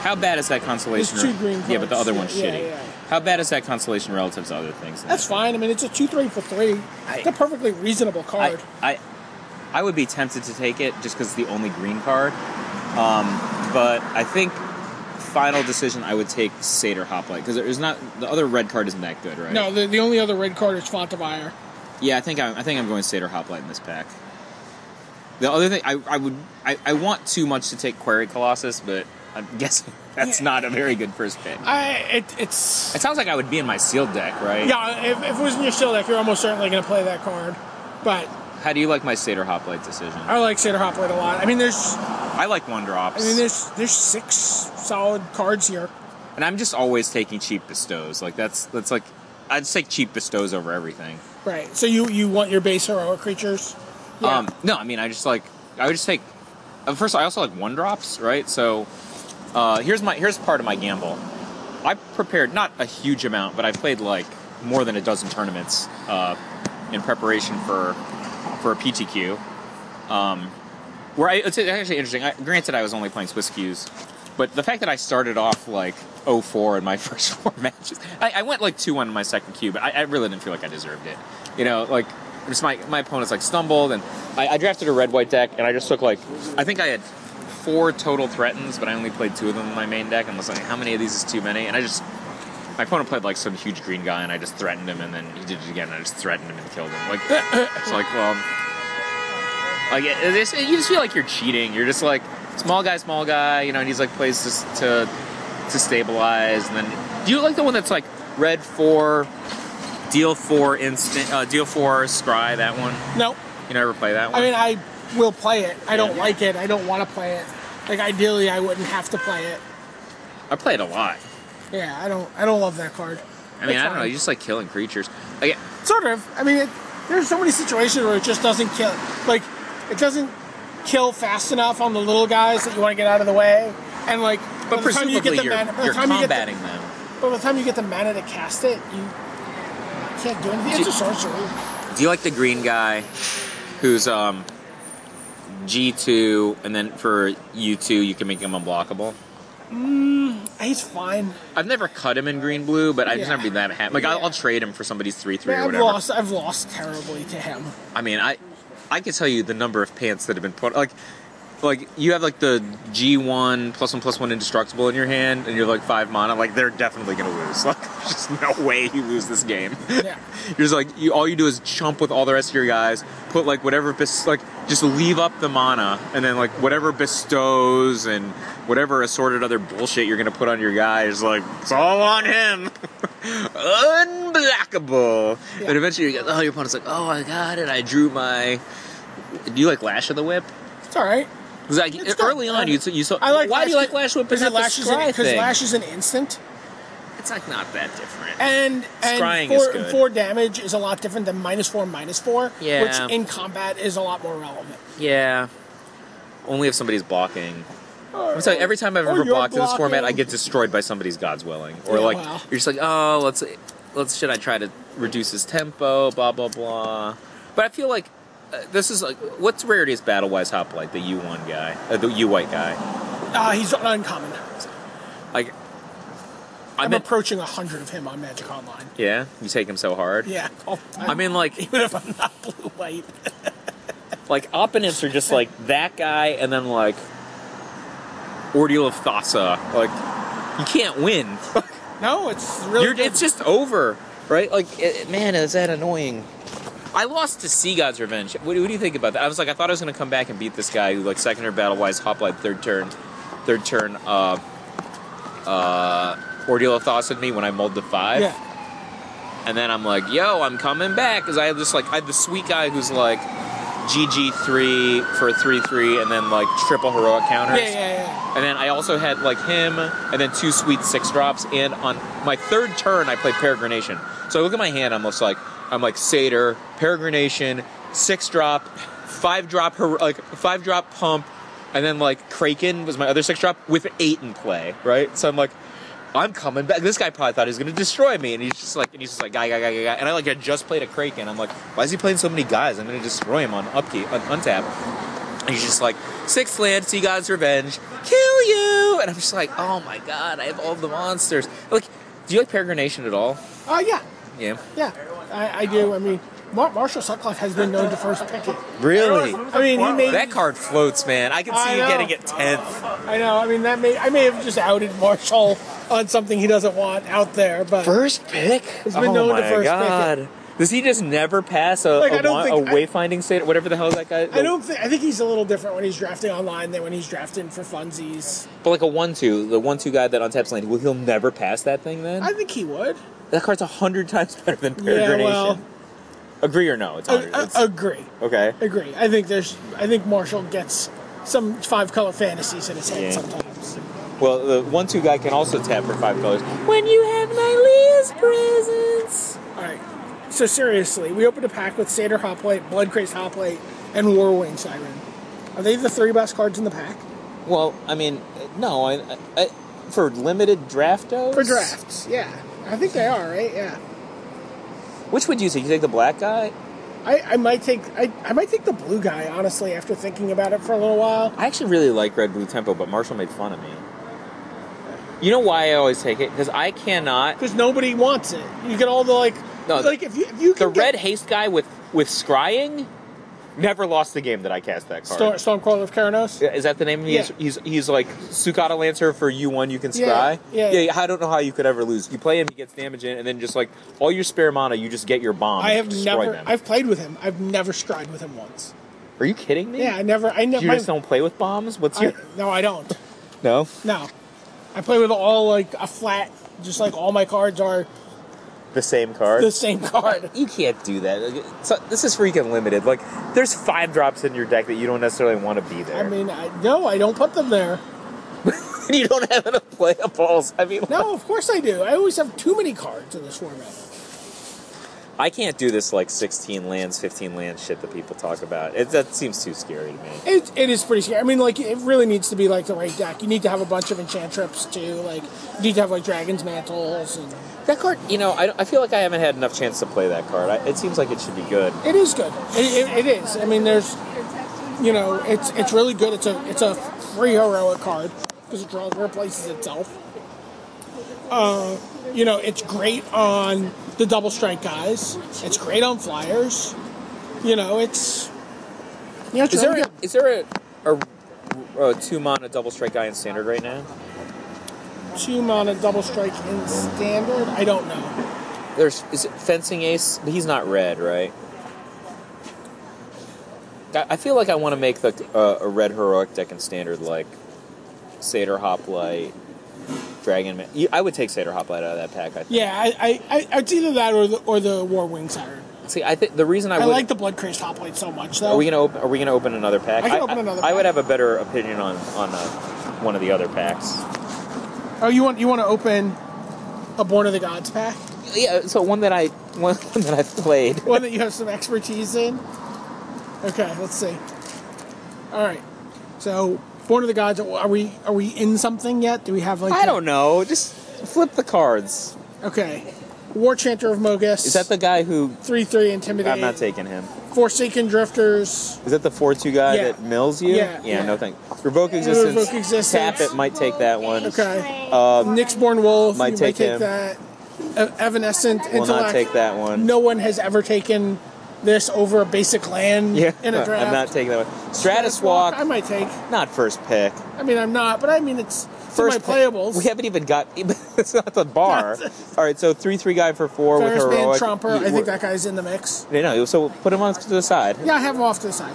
[SPEAKER 2] How bad is that consolation?
[SPEAKER 3] There's two green
[SPEAKER 2] Yeah, but the
[SPEAKER 3] cards.
[SPEAKER 2] other one's
[SPEAKER 3] Yeah, yeah,
[SPEAKER 2] shitty.
[SPEAKER 3] yeah.
[SPEAKER 2] How bad is that consolation relative to other things? in
[SPEAKER 3] That's
[SPEAKER 2] that?
[SPEAKER 3] fine. I mean, it's a two three for three.
[SPEAKER 2] I-
[SPEAKER 3] It's a perfectly reasonable card.
[SPEAKER 2] I, I, I would be tempted to take it just because it's the only green card. Um, but I think final decision, I would take Seder Hoplite because there's not the other red card isn't that good, right?
[SPEAKER 3] no, the, the only other red card is Font of Ire.
[SPEAKER 2] Yeah, I think I'm, I think I'm going Seder Hoplite in this pack. The other thing I, I would I, I want too much to take Query Colossus, but I'm guessing that's
[SPEAKER 3] Yeah.
[SPEAKER 2] not a very good first pick.
[SPEAKER 3] I it, it's
[SPEAKER 2] It sounds like I would be in my sealed deck, right?
[SPEAKER 3] yeah. If, if it was in your still deck, you're almost certainly going to play that card. But
[SPEAKER 2] How do you like my Seder Hoplite decision?
[SPEAKER 3] I like Seder Hoplite a lot. I mean, there's
[SPEAKER 2] I like one drops.
[SPEAKER 3] I mean, there's there's six solid cards here.
[SPEAKER 2] And I'm just always taking cheap bestows. Like that's that's like I'd just take cheap bestows over everything.
[SPEAKER 3] Right. So you you want your base heroic creatures? Yeah.
[SPEAKER 2] Um, no, I mean I just like I would just take. uh, First, I also like one drops, right? So uh, here's my here's part of my gamble. I prepared not a huge amount, but I played like more than a dozen tournaments uh, in preparation for for a PTQ. Um, where I, it's actually interesting. I, granted, I was only playing Swiss Qs, but the fact that I started off like 0-4 in my first four matches, I, I went like two one in my second queue, but I, I really didn't feel like I deserved it. You know, like just my my opponents like stumbled, and I, I drafted a red white deck, and I just took like I think I had four total threatens, but I only played two of them in my main deck, and was like, how many of these is too many? And I just my opponent played like some huge green guy, and I just threatened him, and then he did it again, and I just threatened him and killed him. Like it's like well. Like it, it is- you just feel like you're cheating. You're just like small guy, small guy. You know, and he's like plays to to, to stabilize, and then do you like the one that's like red four, deal four instant, uh, deal four scry that one?
[SPEAKER 3] No.
[SPEAKER 2] You never play that one.
[SPEAKER 3] I mean, I will play it. I don't like it. I don't want to play it. Like ideally, I wouldn't have to play it.
[SPEAKER 2] I play it a lot.
[SPEAKER 3] Yeah, I don't. I don't love that card.
[SPEAKER 2] I mean,
[SPEAKER 3] It's
[SPEAKER 2] I don't know.
[SPEAKER 3] fine.
[SPEAKER 2] You just like killing creatures. Like,
[SPEAKER 3] Sort of. I mean, it, there's so many situations where it just doesn't kill. Like, it doesn't kill fast enough on the little guys that you want to get out of the way. And like,
[SPEAKER 2] but
[SPEAKER 3] by the time
[SPEAKER 2] presumably
[SPEAKER 3] you get the
[SPEAKER 2] are
[SPEAKER 3] mana, by the
[SPEAKER 2] you're
[SPEAKER 3] time you get the-
[SPEAKER 2] combating them.
[SPEAKER 3] by the time you get the mana to cast it, you can't do anything. It's a sorcery.
[SPEAKER 2] Do you like the green guy who's um G2 and then for U2 you can make him unblockable?
[SPEAKER 3] He's fine.
[SPEAKER 2] I've never cut him in green blue, but I've just
[SPEAKER 3] Yeah.
[SPEAKER 2] never been that happy. Like I'll,
[SPEAKER 3] Yeah.
[SPEAKER 2] I'll trade him for somebody's 3-3
[SPEAKER 3] Man,
[SPEAKER 2] or
[SPEAKER 3] I've
[SPEAKER 2] whatever.
[SPEAKER 3] lost. I've lost terribly to him.
[SPEAKER 2] I mean, I I can tell you the number of pants that have been put like like you have like the G1 plus one plus one indestructible in your hand and you're like 5 mana, like they're definitely going to lose. Like there's just no way you lose this game.
[SPEAKER 3] Yeah.
[SPEAKER 2] You're just like you, all you do is chump with all the rest of your guys. Put like whatever bes- like just leave up the mana, and then like whatever bestows and whatever assorted other bullshit you're gonna put on your guy is like it's all on him. Unblockable.
[SPEAKER 3] Yeah.
[SPEAKER 2] And eventually, you get, oh, your opponent's like, oh, I got it. I drew my. Do you like Lash of the Whip?
[SPEAKER 3] It's all right.
[SPEAKER 2] 'Cause, like
[SPEAKER 3] It's good.
[SPEAKER 2] early on, you you saw.
[SPEAKER 3] I like
[SPEAKER 2] Why do you
[SPEAKER 3] Lash-
[SPEAKER 2] like Lash Whip?
[SPEAKER 3] Because
[SPEAKER 2] not the
[SPEAKER 3] lash is
[SPEAKER 2] Scry
[SPEAKER 3] an, 'cause
[SPEAKER 2] thing?
[SPEAKER 3] lash is an instant.
[SPEAKER 2] It's like not that different.
[SPEAKER 3] And and
[SPEAKER 2] Scrying
[SPEAKER 3] four,
[SPEAKER 2] is good.
[SPEAKER 3] four damage is a lot different than minus four, minus four,
[SPEAKER 2] Yeah.
[SPEAKER 3] which in combat is a lot more relevant.
[SPEAKER 2] Yeah. Only if somebody's blocking. I'm sorry, every time I've
[SPEAKER 3] or
[SPEAKER 2] ever
[SPEAKER 3] Oh, you're
[SPEAKER 2] blocked in this format, I
[SPEAKER 3] blocking.
[SPEAKER 2] get destroyed by somebody's God's willing. Or
[SPEAKER 3] Yeah,
[SPEAKER 2] like
[SPEAKER 3] wow.
[SPEAKER 2] you're just like, oh, let's let's should I try to reduce his tempo, blah blah blah. But I feel like uh, this is like what's rarity's battle wise hoplite, the U one guy, uh, the U white guy.
[SPEAKER 3] Uh, he's not uncommon.
[SPEAKER 2] Like I
[SPEAKER 3] I'm
[SPEAKER 2] mean,
[SPEAKER 3] approaching approaching 100 of him on Magic Online.
[SPEAKER 2] yeah, you take him so hard.
[SPEAKER 3] Yeah. I'll-
[SPEAKER 2] I mean, like
[SPEAKER 3] even if I'm not blue white.
[SPEAKER 2] like opponents are just like that guy, and then like ordeal of Thassa. Like you can't win.
[SPEAKER 3] No, it's really.
[SPEAKER 2] You're- it's just over, right? Like, it, man, is that annoying? I lost to Sea God's Revenge. What, do- what do you think about that? I was like, I thought I was going to come back and beat this guy who, like, second or battle wise, hoplite third turn, third turn, uh, uh, Ordeal of Thoughts with me when I mulled the five.
[SPEAKER 3] yeah.
[SPEAKER 2] And then I'm like, yo, I'm coming back. Because I had this, like, I had the sweet guy who's like GG3 for 3 3, and then, like, triple heroic
[SPEAKER 3] Yeah,
[SPEAKER 2] counters.
[SPEAKER 3] yeah, yeah.
[SPEAKER 2] And then I also had like him, and then two sweet six drops. And on my third turn, I played Peregrination. So I look at my hand, I'm just like, I'm like Satyr, Peregrination, six drop, five drop, her- like five drop pump, and then like Kraken was my other six drop with eight in play, right? So I'm like, I'm coming back. This guy probably thought he was gonna destroy me, and he's just like, and he's just like, guy, guy, guy, guy, guy. And I like, I just played a Kraken. I'm like, why is he playing so many guys? I'm gonna destroy him on upkeep, on untap. And he's just like, Sixth Land, Sea God's Revenge, kill you! And I'm just like, oh my god, I have all the monsters. Like, do you like Peregrination at all?
[SPEAKER 3] Uh, yeah.
[SPEAKER 2] Yeah.
[SPEAKER 3] Yeah. I, I do. I mean, Mar- Marshall Sutcliffe has been known to first pick it.
[SPEAKER 2] Really?
[SPEAKER 3] I mean, he made.
[SPEAKER 2] That card floats, man. I can see
[SPEAKER 3] I
[SPEAKER 2] you
[SPEAKER 3] know.
[SPEAKER 2] getting it 10th.
[SPEAKER 3] I know. I mean, that may. I may have just outed Marshall on something he doesn't want out there, but
[SPEAKER 2] First pick?
[SPEAKER 3] He's been known to first pick
[SPEAKER 2] Oh
[SPEAKER 3] it.
[SPEAKER 2] Does he just never pass a,
[SPEAKER 3] Like,
[SPEAKER 2] a
[SPEAKER 3] I don't
[SPEAKER 2] wa-
[SPEAKER 3] think-
[SPEAKER 2] a wayfinding state, whatever the hell that guy?
[SPEAKER 3] I don't think. I think he's a little different when he's drafting online than when he's drafting for funsies.
[SPEAKER 2] But like a one-two, the one-two guy that untaps land, well, he'll never pass that thing. Then
[SPEAKER 3] I think he would.
[SPEAKER 2] that card's a hundred times better than
[SPEAKER 3] Yeah,
[SPEAKER 2] Peregrination.
[SPEAKER 3] well,
[SPEAKER 2] Agree or no? It's,
[SPEAKER 3] I,
[SPEAKER 2] hundred.
[SPEAKER 3] I,
[SPEAKER 2] it's
[SPEAKER 3] agree.
[SPEAKER 2] okay.
[SPEAKER 3] Agree. I think there's. I think Marshall gets some five color fantasies in his head
[SPEAKER 2] Yeah.
[SPEAKER 3] sometimes.
[SPEAKER 2] Well, the one two guy can also tap for five colors. When you have my Leah's presence.
[SPEAKER 3] All right. So seriously, we opened a pack with Satyr Hoplite, Blood Crazed Hoplite, and Warwing Siren. Are they the three best cards in the pack
[SPEAKER 2] Well, I mean, no, I, I, I for limited draft
[SPEAKER 3] for drafts? Yeah, I think they are. Right? Yeah.
[SPEAKER 2] Which would you take? You take the black guy?
[SPEAKER 3] I, I might take I, I might take the blue guy honestly after thinking about it for a little while.
[SPEAKER 2] I actually really like red blue tempo, but Marshall made fun of me. You know why I always take it? Because I cannot.
[SPEAKER 3] because nobody wants it. You get all the like,
[SPEAKER 2] No,
[SPEAKER 3] like if you if you
[SPEAKER 2] The
[SPEAKER 3] can
[SPEAKER 2] red
[SPEAKER 3] get
[SPEAKER 2] haste guy with with scrying never lost the game that I cast that card.
[SPEAKER 3] Storm, Stormcrawler of Karanos.
[SPEAKER 2] Is that the name? of He's,
[SPEAKER 3] Yeah.
[SPEAKER 2] he's he's like Sukata Lancer for U one. You can
[SPEAKER 3] Yeah,
[SPEAKER 2] scry.
[SPEAKER 3] yeah, yeah.
[SPEAKER 2] I don't know how you could ever lose. You play him, he gets damage in, and then just like all your spare mana, you just get your bomb.
[SPEAKER 3] I
[SPEAKER 2] and
[SPEAKER 3] have
[SPEAKER 2] destroy
[SPEAKER 3] never
[SPEAKER 2] Them.
[SPEAKER 3] I've played with him. I've never scried with him once.
[SPEAKER 2] Are you kidding me?
[SPEAKER 3] Yeah, I never I
[SPEAKER 2] You
[SPEAKER 3] never
[SPEAKER 2] just don't play with bombs. What's
[SPEAKER 3] I,
[SPEAKER 2] your
[SPEAKER 3] no I don't.
[SPEAKER 2] no?
[SPEAKER 3] No. I play with all like a flat just like all my cards are
[SPEAKER 2] the same card.
[SPEAKER 3] the same card.
[SPEAKER 2] you can't do that. Like, it's- this is freaking limited. Like, there's five drops in your deck that you don't necessarily want to be there.
[SPEAKER 3] I mean, I, no, I don't put them there.
[SPEAKER 2] you don't have enough playables. I mean,
[SPEAKER 3] No, of course I do. I always have too many cards in this format.
[SPEAKER 2] I can't do this like 16 lands, 15 lands shit that people talk about. It, that seems too scary to me.
[SPEAKER 3] It, it is pretty scary. I mean, like, it really needs to be like the right deck. You need to have a bunch of enchantrips too. Like, you need to have like dragon's mantles, and
[SPEAKER 2] That card, you know, I, I feel like I haven't had enough chance to play that card. I, it seems like it should be good.
[SPEAKER 3] it is good. It, it, it is. I mean, there's, you know, it's it's really good. It's a it's a free heroic card because it draws replaces itself. Uh, you know, it's great on the double strike guys. It's great on flyers. You know, it's. You know, it's
[SPEAKER 2] Is there
[SPEAKER 3] really
[SPEAKER 2] a,
[SPEAKER 3] good.
[SPEAKER 2] is there a, a, a two mana double strike guy in standard right now?
[SPEAKER 3] two mana double strike in standard? I don't know.
[SPEAKER 2] There's is it fencing ace? But He's not red, right? I, I feel like I want to make the uh, a red heroic deck in standard like Satyr Hoplite, Dragon. Ma- you- I would take Satyr Hoplite out of that pack. I think.
[SPEAKER 3] Yeah, I, I, I it's either that or the or the War Wing Siren.
[SPEAKER 2] See, I think the reason I,
[SPEAKER 3] I
[SPEAKER 2] would
[SPEAKER 3] like the Blood Crazed Hoplite so much though.
[SPEAKER 2] Are we gonna open? Are we gonna open another pack?
[SPEAKER 3] I can open another
[SPEAKER 2] I
[SPEAKER 3] pack.
[SPEAKER 2] would have a better opinion on on uh, one of the other packs.
[SPEAKER 3] oh, you want you want to open a Born of the Gods pack?
[SPEAKER 2] Yeah. So one that I one that I've played.
[SPEAKER 3] One that you have some expertise in? Okay, let's see. All right. So, Born of the Gods. Are we are we in something yet? Do we have like?
[SPEAKER 2] I don't know. Just flip the cards.
[SPEAKER 3] Okay. War Chanter of Mogus.
[SPEAKER 2] Is that the guy who?
[SPEAKER 3] three three intimidate?
[SPEAKER 2] I'm not taking him.
[SPEAKER 3] Forsaken Drifters.
[SPEAKER 2] Is that the four two guy
[SPEAKER 3] Yeah.
[SPEAKER 2] that mills you?
[SPEAKER 3] Yeah, yeah.
[SPEAKER 2] No thanks. Revoke existence.
[SPEAKER 3] Revoke existence.
[SPEAKER 2] Tap it. Might take that one.
[SPEAKER 3] Okay.
[SPEAKER 2] Uh,
[SPEAKER 3] Nixborn Wolf.
[SPEAKER 2] Might
[SPEAKER 3] you
[SPEAKER 2] take
[SPEAKER 3] might take
[SPEAKER 2] him.
[SPEAKER 3] that. E- Evanescent
[SPEAKER 2] will
[SPEAKER 3] Intellect.
[SPEAKER 2] not take that one.
[SPEAKER 3] No one has ever taken this over a basic land
[SPEAKER 2] Yeah.
[SPEAKER 3] in a draft.
[SPEAKER 2] I'm not taking that one. Stratus walk.
[SPEAKER 3] I might take.
[SPEAKER 2] not first pick.
[SPEAKER 3] I mean, I'm not, but I mean, it's, it's in
[SPEAKER 2] First
[SPEAKER 3] my playables.
[SPEAKER 2] We haven't even got. It's not the bar. All right, so three three guy for four
[SPEAKER 3] Ferris
[SPEAKER 2] with
[SPEAKER 3] Van
[SPEAKER 2] heroic.
[SPEAKER 3] Tromper.
[SPEAKER 2] You-
[SPEAKER 3] I think that guy's in the mix.
[SPEAKER 2] No, no, so put him on to the side.
[SPEAKER 3] Yeah, I have him off to the side.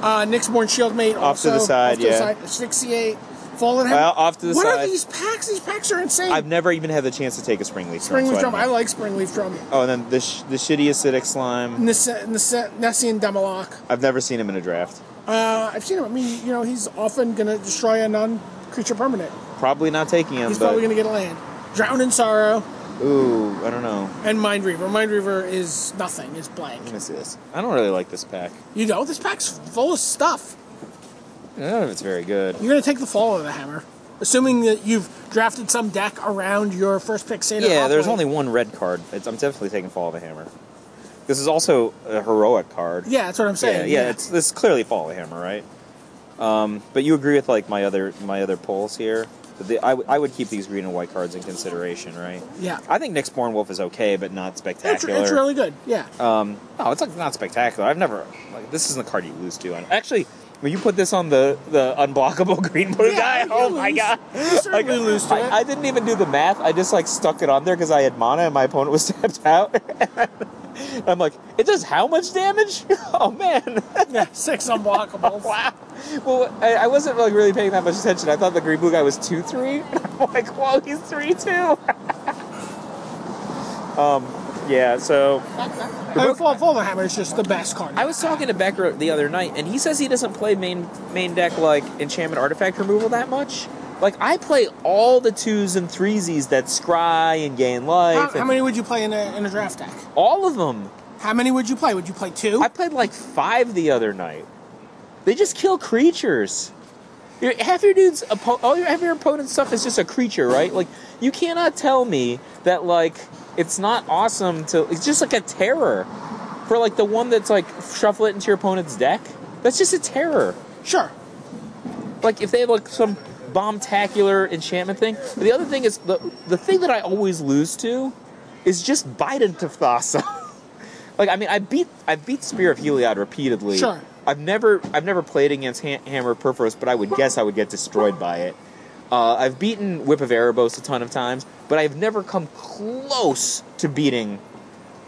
[SPEAKER 3] Uh, Nixborn Shieldmate.
[SPEAKER 2] Off to
[SPEAKER 3] also,
[SPEAKER 2] the side,
[SPEAKER 3] off to
[SPEAKER 2] yeah.
[SPEAKER 3] The side. Asphyxiate. Fallen Hem-
[SPEAKER 2] Well, off to the
[SPEAKER 3] what
[SPEAKER 2] side.
[SPEAKER 3] are these packs? These packs are insane.
[SPEAKER 2] I've never even had the chance to take a spring leaf.
[SPEAKER 3] Springleaf
[SPEAKER 2] so I
[SPEAKER 3] Drum.
[SPEAKER 2] don't
[SPEAKER 3] I
[SPEAKER 2] know.
[SPEAKER 3] like Springleaf Drum.
[SPEAKER 2] Oh, and then the sh- the shitty acidic slime.
[SPEAKER 3] Ness- Ness- Nessian Demoloch.
[SPEAKER 2] I've never seen him in a draft.
[SPEAKER 3] Uh, I've seen him. I mean, you know, he's often going to destroy a non creature permanent.
[SPEAKER 2] Probably not taking him.
[SPEAKER 3] He's
[SPEAKER 2] but
[SPEAKER 3] probably going to get a land. Drown in Sorrow
[SPEAKER 2] ooh, I don't know.
[SPEAKER 3] and Mind Reaver. Mind Reaver is nothing, it's blank.
[SPEAKER 2] Let me see this. I don't really like this pack.
[SPEAKER 3] You know, this pack's full of stuff.
[SPEAKER 2] I don't know if it's very good.
[SPEAKER 3] You're going to take the fall of the hammer. Assuming that you've drafted some deck around your first pick, Seder
[SPEAKER 2] Yeah, there's only
[SPEAKER 3] Hoplite.
[SPEAKER 2] one red card. It's, I'm definitely taking Fall of a Hammer. This is also a heroic card.
[SPEAKER 3] Yeah, that's what I'm saying.
[SPEAKER 2] Yeah, yeah, it's this is clearly fall of hammer, right? Um, but you agree with like my other my other polls here. But the, I, w- I would keep these green and white cards in consideration, right?
[SPEAKER 3] Yeah.
[SPEAKER 2] I think Nick's Born Wolf is okay, but not
[SPEAKER 3] It's,
[SPEAKER 2] spectacular. Um,
[SPEAKER 3] it's really good. Yeah.
[SPEAKER 2] no, it's like not spectacular. I've never like this isn't the card you lose to. And actually, when you put this on the the unblockable green blue
[SPEAKER 3] Yeah,
[SPEAKER 2] guy,
[SPEAKER 3] you
[SPEAKER 2] oh my
[SPEAKER 3] lose.
[SPEAKER 2] god,
[SPEAKER 3] You certainly
[SPEAKER 2] Like,
[SPEAKER 3] lose to
[SPEAKER 2] I,
[SPEAKER 3] it.
[SPEAKER 2] I didn't even do the math. I just like stuck it on there because I had mana and my opponent was tapped out. I'm like, it does how much damage? oh man.
[SPEAKER 3] yeah. Six unblockables.
[SPEAKER 2] Wow. Well, I, I wasn't like really paying that much attention. I thought the green blue guy was two three. I'm like, whoa, he's three two. um, yeah. So
[SPEAKER 3] I mean, fall, fall of the hammer is just the best card.
[SPEAKER 2] I was talking to Becker the other night, and he says he doesn't play main main deck like enchantment artifact removal that much. Like I play all the twos and threesies that scry and gain life.
[SPEAKER 3] how, how
[SPEAKER 2] and
[SPEAKER 3] many would you play in a, in a draft deck?
[SPEAKER 2] All of them.
[SPEAKER 3] How many would you play? Would you play two?
[SPEAKER 2] I played like five the other night. They just kill creatures. Your, half your dude's oppo- all your half your opponent's stuff is just a creature, right? Like you cannot tell me that like it's not awesome to. It's just like a terror for like the one that's like shuffle it into your opponent's deck. That's just a terror.
[SPEAKER 3] sure.
[SPEAKER 2] Like if they have like some bombtacular enchantment thing. But the other thing is the the thing that I always lose to is just Biden Tavthasa. like I mean I beat I beat Spear of Heliod repeatedly.
[SPEAKER 3] Sure.
[SPEAKER 2] I've never I've never played against ha- Hammer Perforos, but I would guess I would get destroyed by it. Uh, I've beaten Whip of Erebos a ton of times, but I've never come close to beating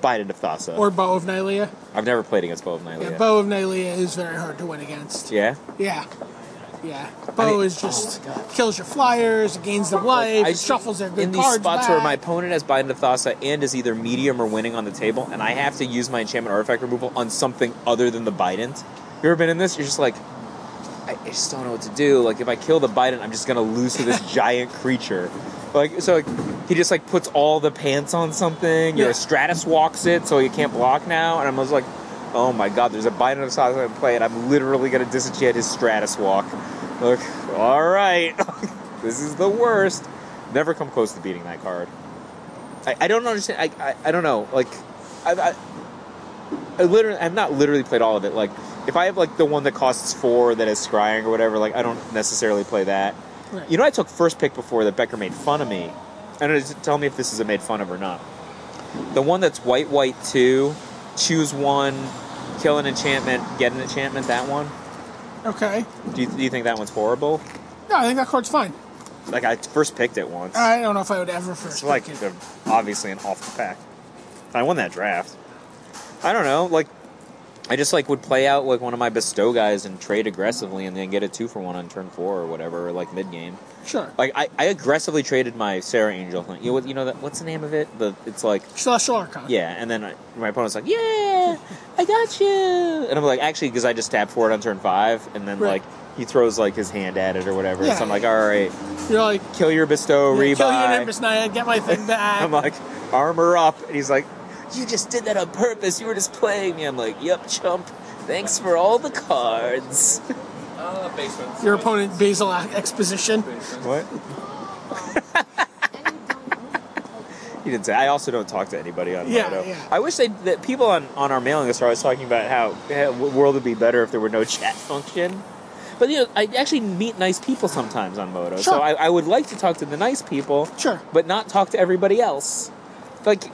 [SPEAKER 2] Biden Tavthasa.
[SPEAKER 3] Or Bow of Nylea.
[SPEAKER 2] I've never played against both of Nylea.
[SPEAKER 3] Yeah, Bow of Nylea is very hard to win against.
[SPEAKER 2] yeah?
[SPEAKER 3] Yeah. Yeah, bow is just
[SPEAKER 2] oh
[SPEAKER 3] kills your flyers, gains them life,
[SPEAKER 2] I just-
[SPEAKER 3] shuffles their good
[SPEAKER 2] in these
[SPEAKER 3] cards
[SPEAKER 2] spots where my
[SPEAKER 3] back.
[SPEAKER 2] opponent has Bind of Thassa and is either medium or winning on the table, and I have to use my enchantment artifact removal on something other than the Bident. You ever been in this? You're just like, I I just don't know what to do. Like, if I kill the Bident, I'm just gonna lose to this giant creature. Like, so like, he just like puts all the pants on something. Your
[SPEAKER 3] Yeah.
[SPEAKER 2] Stratus walks it, so you can't block now. And I'm just like, oh my god, there's a Bident of Thassa in play, and I'm literally gonna disenchant his Stratus walk. Like, all right, this is the worst. Never come close to beating that card. I, I don't understand. I, I, I don't know. Like, I, I, I literally, I've not literally played all of it. Like, if I have like the one that costs four that is scrying or whatever, like I don't necessarily play that.
[SPEAKER 3] Right.
[SPEAKER 2] You know, I took first pick before that Becker made fun of me. I don't know, tell me if this is a made fun of or not. The one that's white, white two, choose one, kill an enchantment, get an enchantment. That one.
[SPEAKER 3] okay.
[SPEAKER 2] Do you, do you think that one's horrible?
[SPEAKER 3] No, I think that card's fine.
[SPEAKER 2] Like I first picked it once.
[SPEAKER 3] I don't know if I would ever first.
[SPEAKER 2] It's like
[SPEAKER 3] pick it.
[SPEAKER 2] the, obviously an off the pack. I won that draft. I don't know, like I just like would play out like one of my bestow guys and trade aggressively and then get a two for one on turn four or whatever, or like mid game.
[SPEAKER 3] sure.
[SPEAKER 2] Like I, I aggressively traded my Sarah Angel thing. You know, what- you know that what's the name of it? The it's like
[SPEAKER 3] Celestial Archon.
[SPEAKER 2] yeah, and then I, my opponent's like, "Yeah, I got you," and I'm like, "Actually, because I just tapped for it on turn five, and then like
[SPEAKER 3] Right.
[SPEAKER 2] he throws like his hand at it or whatever."
[SPEAKER 3] Yeah.
[SPEAKER 2] So I'm like, "All right,
[SPEAKER 3] You're like
[SPEAKER 2] kill your bestow,
[SPEAKER 3] yeah,
[SPEAKER 2] rebuy."
[SPEAKER 3] kill your Nimbus Naiad, get my thing back.
[SPEAKER 2] I'm like, armor up. And he's like, you just did that on purpose. You were just playing me. I'm like, yep, chump. Thanks for all the cards.
[SPEAKER 5] Uh, basement.
[SPEAKER 3] Your opponent Basil Exposition.
[SPEAKER 2] What? He didn't say. I also don't talk to anybody on
[SPEAKER 3] Yeah,
[SPEAKER 2] Moto.
[SPEAKER 3] yeah.
[SPEAKER 2] I wish they that people on, on our mailing list are always talking about how eh, the world would be better if there were no chat function. But you know, I actually meet nice people sometimes on Moto, so
[SPEAKER 3] Sure.
[SPEAKER 2] I, I would like to talk to the nice people.
[SPEAKER 3] Sure.
[SPEAKER 2] but not talk to everybody else. Like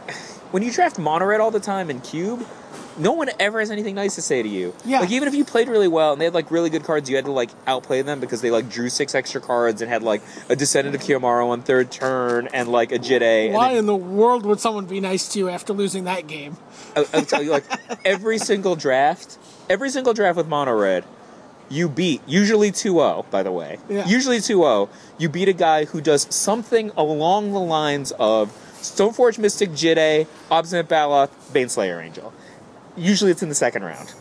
[SPEAKER 2] when you draft Monored all the time in Cube, no one ever has anything nice to say to you.
[SPEAKER 3] Yeah.
[SPEAKER 2] Like even if you played really well and they had like really good cards, you had to like outplay them because they like drew six extra cards and had like a descendant of Kiyomaru on third turn and like a Jide.
[SPEAKER 3] Why
[SPEAKER 2] And
[SPEAKER 3] in the world would someone be nice to you after losing that game?
[SPEAKER 2] then, I, will tell you, like every single draft, every single draft with Monored. You beat, usually 2 0, by the way.
[SPEAKER 3] Yeah.
[SPEAKER 2] Usually 2 0, you beat a guy who does something along the lines of Stoneforge Mystic Jide, Obstinate Baloth, Baneslayer Angel. Usually it's in the second round.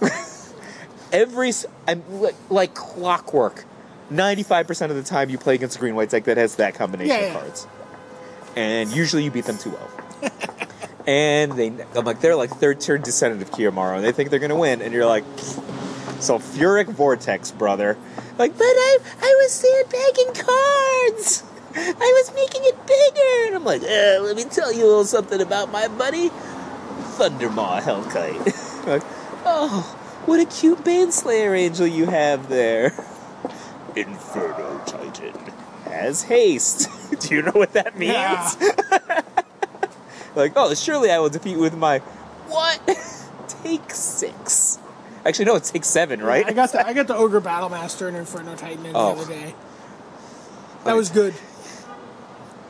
[SPEAKER 2] Every, s- I'm, like, like clockwork, 95% of the time you play against a green white deck that has that combination
[SPEAKER 3] Yeah,
[SPEAKER 2] of
[SPEAKER 3] yeah.
[SPEAKER 2] cards. And usually you beat them 2 0. and they, I'm like, they're like third tier descendant of Kiyomaru, and they think they're going to win, and you're like, sulfuric vortex, brother. Like, but I, I was sandbagging cards. I was making it bigger, and I'm like, uh, let me tell you a little something about my buddy, Thundermaw Hellkite. like, oh, what a cute Baneslayer angel you have there. Inferno Titan has haste. Do you know what that means?
[SPEAKER 3] Yeah.
[SPEAKER 2] like, oh, surely I will defeat with my what? take six. Actually, no, it takes seven, right?
[SPEAKER 3] I got the I got the Ogre Battlemaster and Inferno Titan in
[SPEAKER 2] Oh.
[SPEAKER 3] the other day. That was good.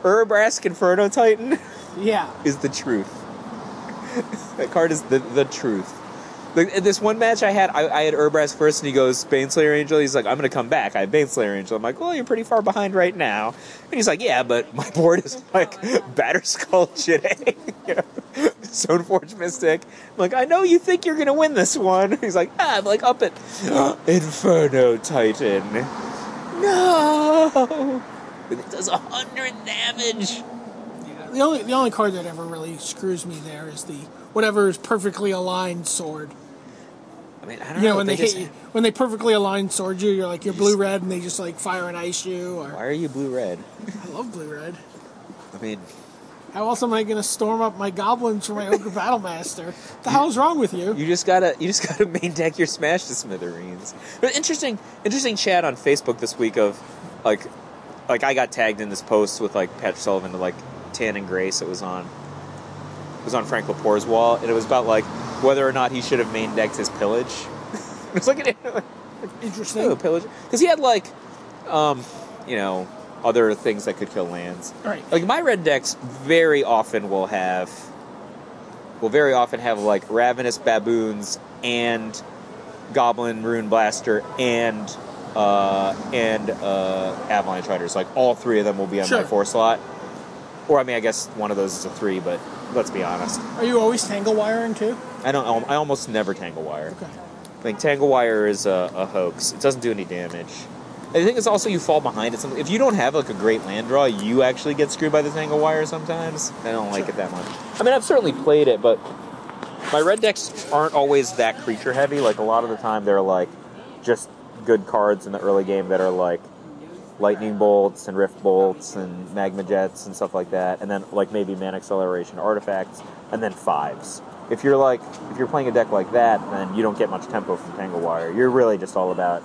[SPEAKER 2] Urbrask Inferno Titan
[SPEAKER 3] Yeah.
[SPEAKER 2] is the truth. that card is the, the truth. Like, in this one match I had, I, I had Urbrask first, and he goes Baneslayer Angel. He's like, I'm going to come back. I have Baneslayer Angel. I'm like, well, you're pretty far behind right now. And he's like, yeah, but my board is like Batterskull Jide, you know, Stoneforge Mystic. I'm like, I know you think you're going to win this one. He's like, ah, I'm like up at Inferno Titan. No, but it does hundred damage.
[SPEAKER 3] The only the only card that ever really screws me there is the whatever is perfectly aligned sword.
[SPEAKER 2] I mean, I don't
[SPEAKER 3] You know
[SPEAKER 2] know
[SPEAKER 3] when Ah, they
[SPEAKER 2] just-
[SPEAKER 3] hit you, when they perfectly aligned sword you, you're like you're blue red and they just like fire and ice you. Or
[SPEAKER 2] Why are you blue red?
[SPEAKER 3] I love blue red.
[SPEAKER 2] I mean,
[SPEAKER 3] How else am I going to storm up my goblins for my ogre battlemaster? The hell's wrong with you?
[SPEAKER 2] you just gotta you just gotta main deck your smash to smithereens. But interesting, interesting chat on Facebook this week of like like I got tagged in this post with like Pat Sullivan to like Tan and Grace. It was on it was on Frank Laporte's wall, and it was about like whether or not he should have main decked his pillage. it was like an
[SPEAKER 3] Interesting.
[SPEAKER 2] oh, pillage because he had like um you know other things that could kill lands.
[SPEAKER 3] Right.
[SPEAKER 2] like my red decks very often will have will very often have like ravenous baboons and goblin rune blaster and uh, and uh, Avalanche Riders. Like all three of them will be on
[SPEAKER 3] Sure.
[SPEAKER 2] my four slot. Or I mean, I guess one of those is a three, but let's be honest.
[SPEAKER 3] Are you always tangle wiring too?
[SPEAKER 2] I don't. al- I almost never tangle wire.
[SPEAKER 3] Okay.
[SPEAKER 2] I think tangle wire is a, a hoax. It doesn't do any damage. I think it's also you fall behind at something. If you don't have like a great land draw, you actually get screwed by the tangle wire sometimes. I don't like it that much. I mean, I've certainly played it, but my red decks aren't always that creature heavy. Like a lot of the time, they're like just good cards in the early game that are like lightning bolts and rift bolts and magma jets and stuff like that, and then like maybe man acceleration artifacts, and then fives. If you're like if you're playing a deck like that, then you don't get much tempo from Tanglewire. You're really just all about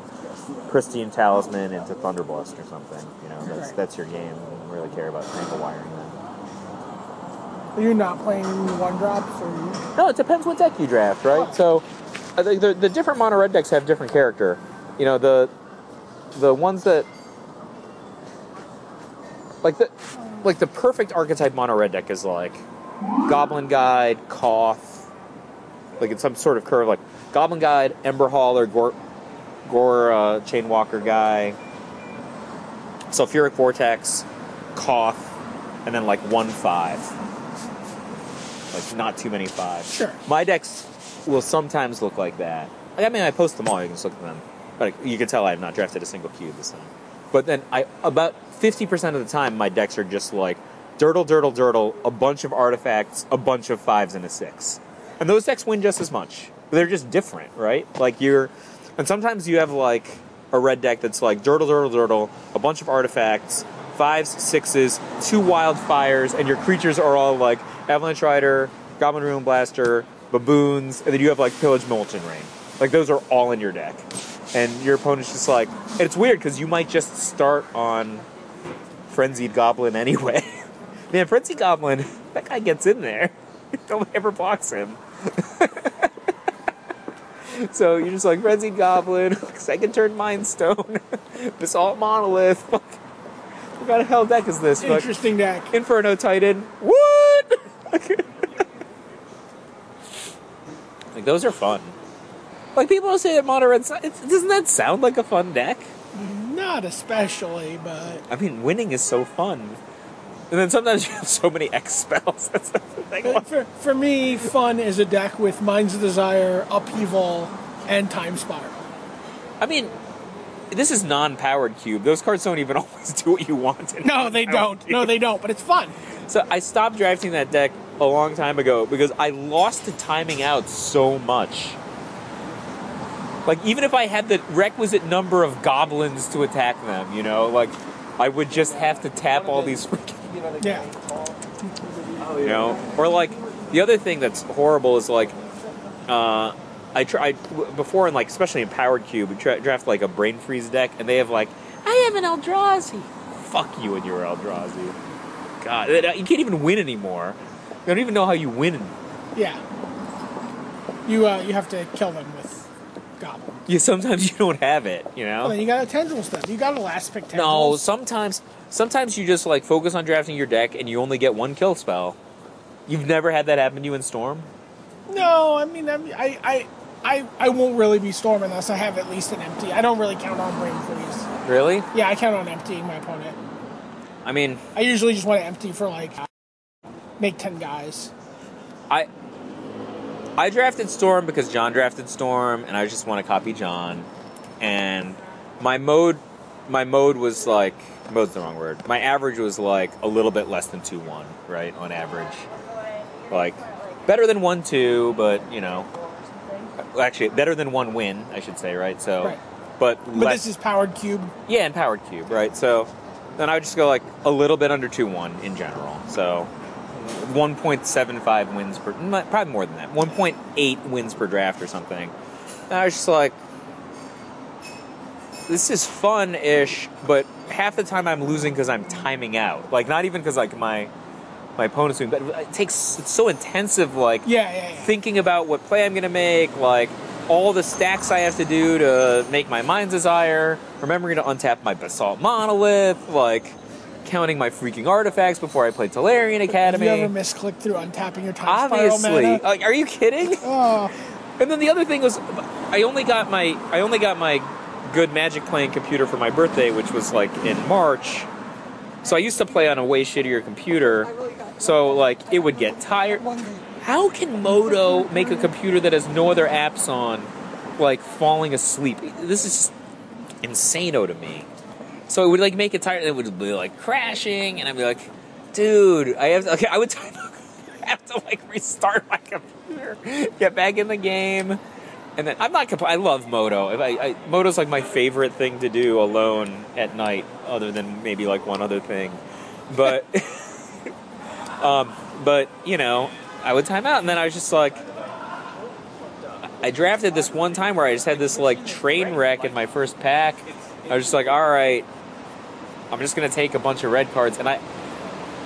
[SPEAKER 2] pristine talisman into Thunderblust or something. You know, that's
[SPEAKER 3] Right.
[SPEAKER 2] that's your game. You don't really care about Tanglewiring then.
[SPEAKER 3] Are you not playing one drops or you?
[SPEAKER 2] No, it depends what deck you draft, right? So, I think the, the different mono red decks have different character. You know, the the ones that like the like the perfect archetype mono red deck is like Goblin Guide, Koth, like it's some sort of curve, like Goblin Guide, Ember Hauler, Gore, Gore uh, Chainwalker guy, Sulfuric Vortex, Koth, and then like one five. Like not too many fives.
[SPEAKER 3] Sure.
[SPEAKER 2] My decks will sometimes look like that. Like, I mean, I post them all. You can just look at them. But you can tell I have not drafted a single cube this time. But then I about fifty percent of the time my decks are just like dirtle, dirtle, dirtle, a bunch of artifacts, a bunch of fives and a six, and those decks win just as much. They're just different, right? Like you're, and sometimes you have like a red deck that's like dirtle, dirtle, dirtle, a bunch of artifacts, fives, sixes, two wildfires, and your creatures are all like Avalanche Rider, Goblin Ruin Blaster, Baboons, and then you have like Pillage Molten Rain. Like those are all in your deck. And your opponent's just like, and it's weird because you might just start on Frenzied Goblin anyway. Man, Frenzied Goblin, that guy gets in there. Nobody ever blocks him. so you're just like, Frenzied Goblin, second turn Mind Stone, Basalt Monolith. Fuck. What kind of hell deck is this? Fuck.
[SPEAKER 3] Interesting deck.
[SPEAKER 2] Inferno Titan. What? like those are fun. Like people say that Mono Red, it's, doesn't that sound like a fun deck?
[SPEAKER 3] Not especially, but
[SPEAKER 2] I mean, winning is so fun. And then sometimes you have so many X spells. That's the thing.
[SPEAKER 3] but for, for me, fun is a deck with Minds of Desire, Upheaval, and Time Spiral.
[SPEAKER 2] I mean, this is non-powered cube. Those cards don't even always do what you want. in
[SPEAKER 3] No, they
[SPEAKER 2] non-powered
[SPEAKER 3] don't. No, they don't. But it's fun.
[SPEAKER 2] So I stopped drafting that deck a long time ago because I lost the timing out so much. Like even if I had the requisite number of goblins to attack them, you know, like I would just have to tap all these freaking
[SPEAKER 3] Yeah.
[SPEAKER 2] you know or like the other thing that's horrible is like uh, i tried before in like especially in power cube we tra- draft like a brain freeze deck and they have like i have an eldrazi fuck you and your eldrazi god that- uh, you can't even win anymore i don't even know how you win
[SPEAKER 3] Yeah. You uh, you have to kill them with goblin.
[SPEAKER 2] you sometimes you don't have it you know
[SPEAKER 3] Well, then you got a tendril stuff. You got a last pick
[SPEAKER 2] No,
[SPEAKER 3] tendrils.
[SPEAKER 2] sometimes sometimes you just like focus on drafting your deck and you only get one kill spell. You've never had that happen to you in Storm?
[SPEAKER 3] No, I mean I'm, I I I I won't really be storm unless I have at least an empty. I don't really count on brain freeze.
[SPEAKER 2] Really?
[SPEAKER 3] Yeah, I count on emptying my opponent.
[SPEAKER 2] I mean,
[SPEAKER 3] I usually just want to empty for like make ten guys.
[SPEAKER 2] I I drafted Storm because John drafted Storm, and I just want to copy John. And my mode, my mode was like mode's the wrong word. My average was like a little bit less than two one, right on average. Like better than one two, but you know, actually better than one win, I should say, right? So,
[SPEAKER 3] Right.
[SPEAKER 2] but
[SPEAKER 3] But
[SPEAKER 2] less,
[SPEAKER 3] this is powered cube.
[SPEAKER 2] yeah, and powered cube, right? So then I would just go like a little bit under two one in general. So one point seven five wins per, m- probably more than that, one point eight wins per draft or something. And I was just like, this is fun ish, but half the time I'm losing because I'm timing out. Like not even because like my my opponent's doing, but it takes it's so intensive. Like
[SPEAKER 3] Yeah, yeah, yeah.
[SPEAKER 2] thinking about what play I'm gonna make, like all the stacks I have to do to make my mind's desire, remembering to untap my basalt monolith, like counting my freaking artifacts before I play Talarian
[SPEAKER 3] Have you ever
[SPEAKER 2] Academy.
[SPEAKER 3] misclick through untapping your time spiral
[SPEAKER 2] Obviously,
[SPEAKER 3] mana?
[SPEAKER 2] like, are you kidding?
[SPEAKER 3] Oh,
[SPEAKER 2] And then the other thing was, I only got my I only got my good Magic playing computer for my birthday, which was like in March. So I used to play on a way shittier computer. So like it would get tired. How can Modo make a computer that has no other apps on, like falling asleep? This is insano to me. So it would like make it tired. It would be like crashing, and I'd be like, "Dude, I have to." Okay, I would try to, I have to like restart my computer, get back in the game, and then I'm not. Compl- I love Moto. If I, I Moto's like my favorite thing to do alone at night, other than maybe like one other thing, but. um, but you know, I would time out, and then I was just like, I drafted this one time where I just had this like train wreck in my first pack. I was just like, all right, I'm just gonna take a bunch of red cards, and I,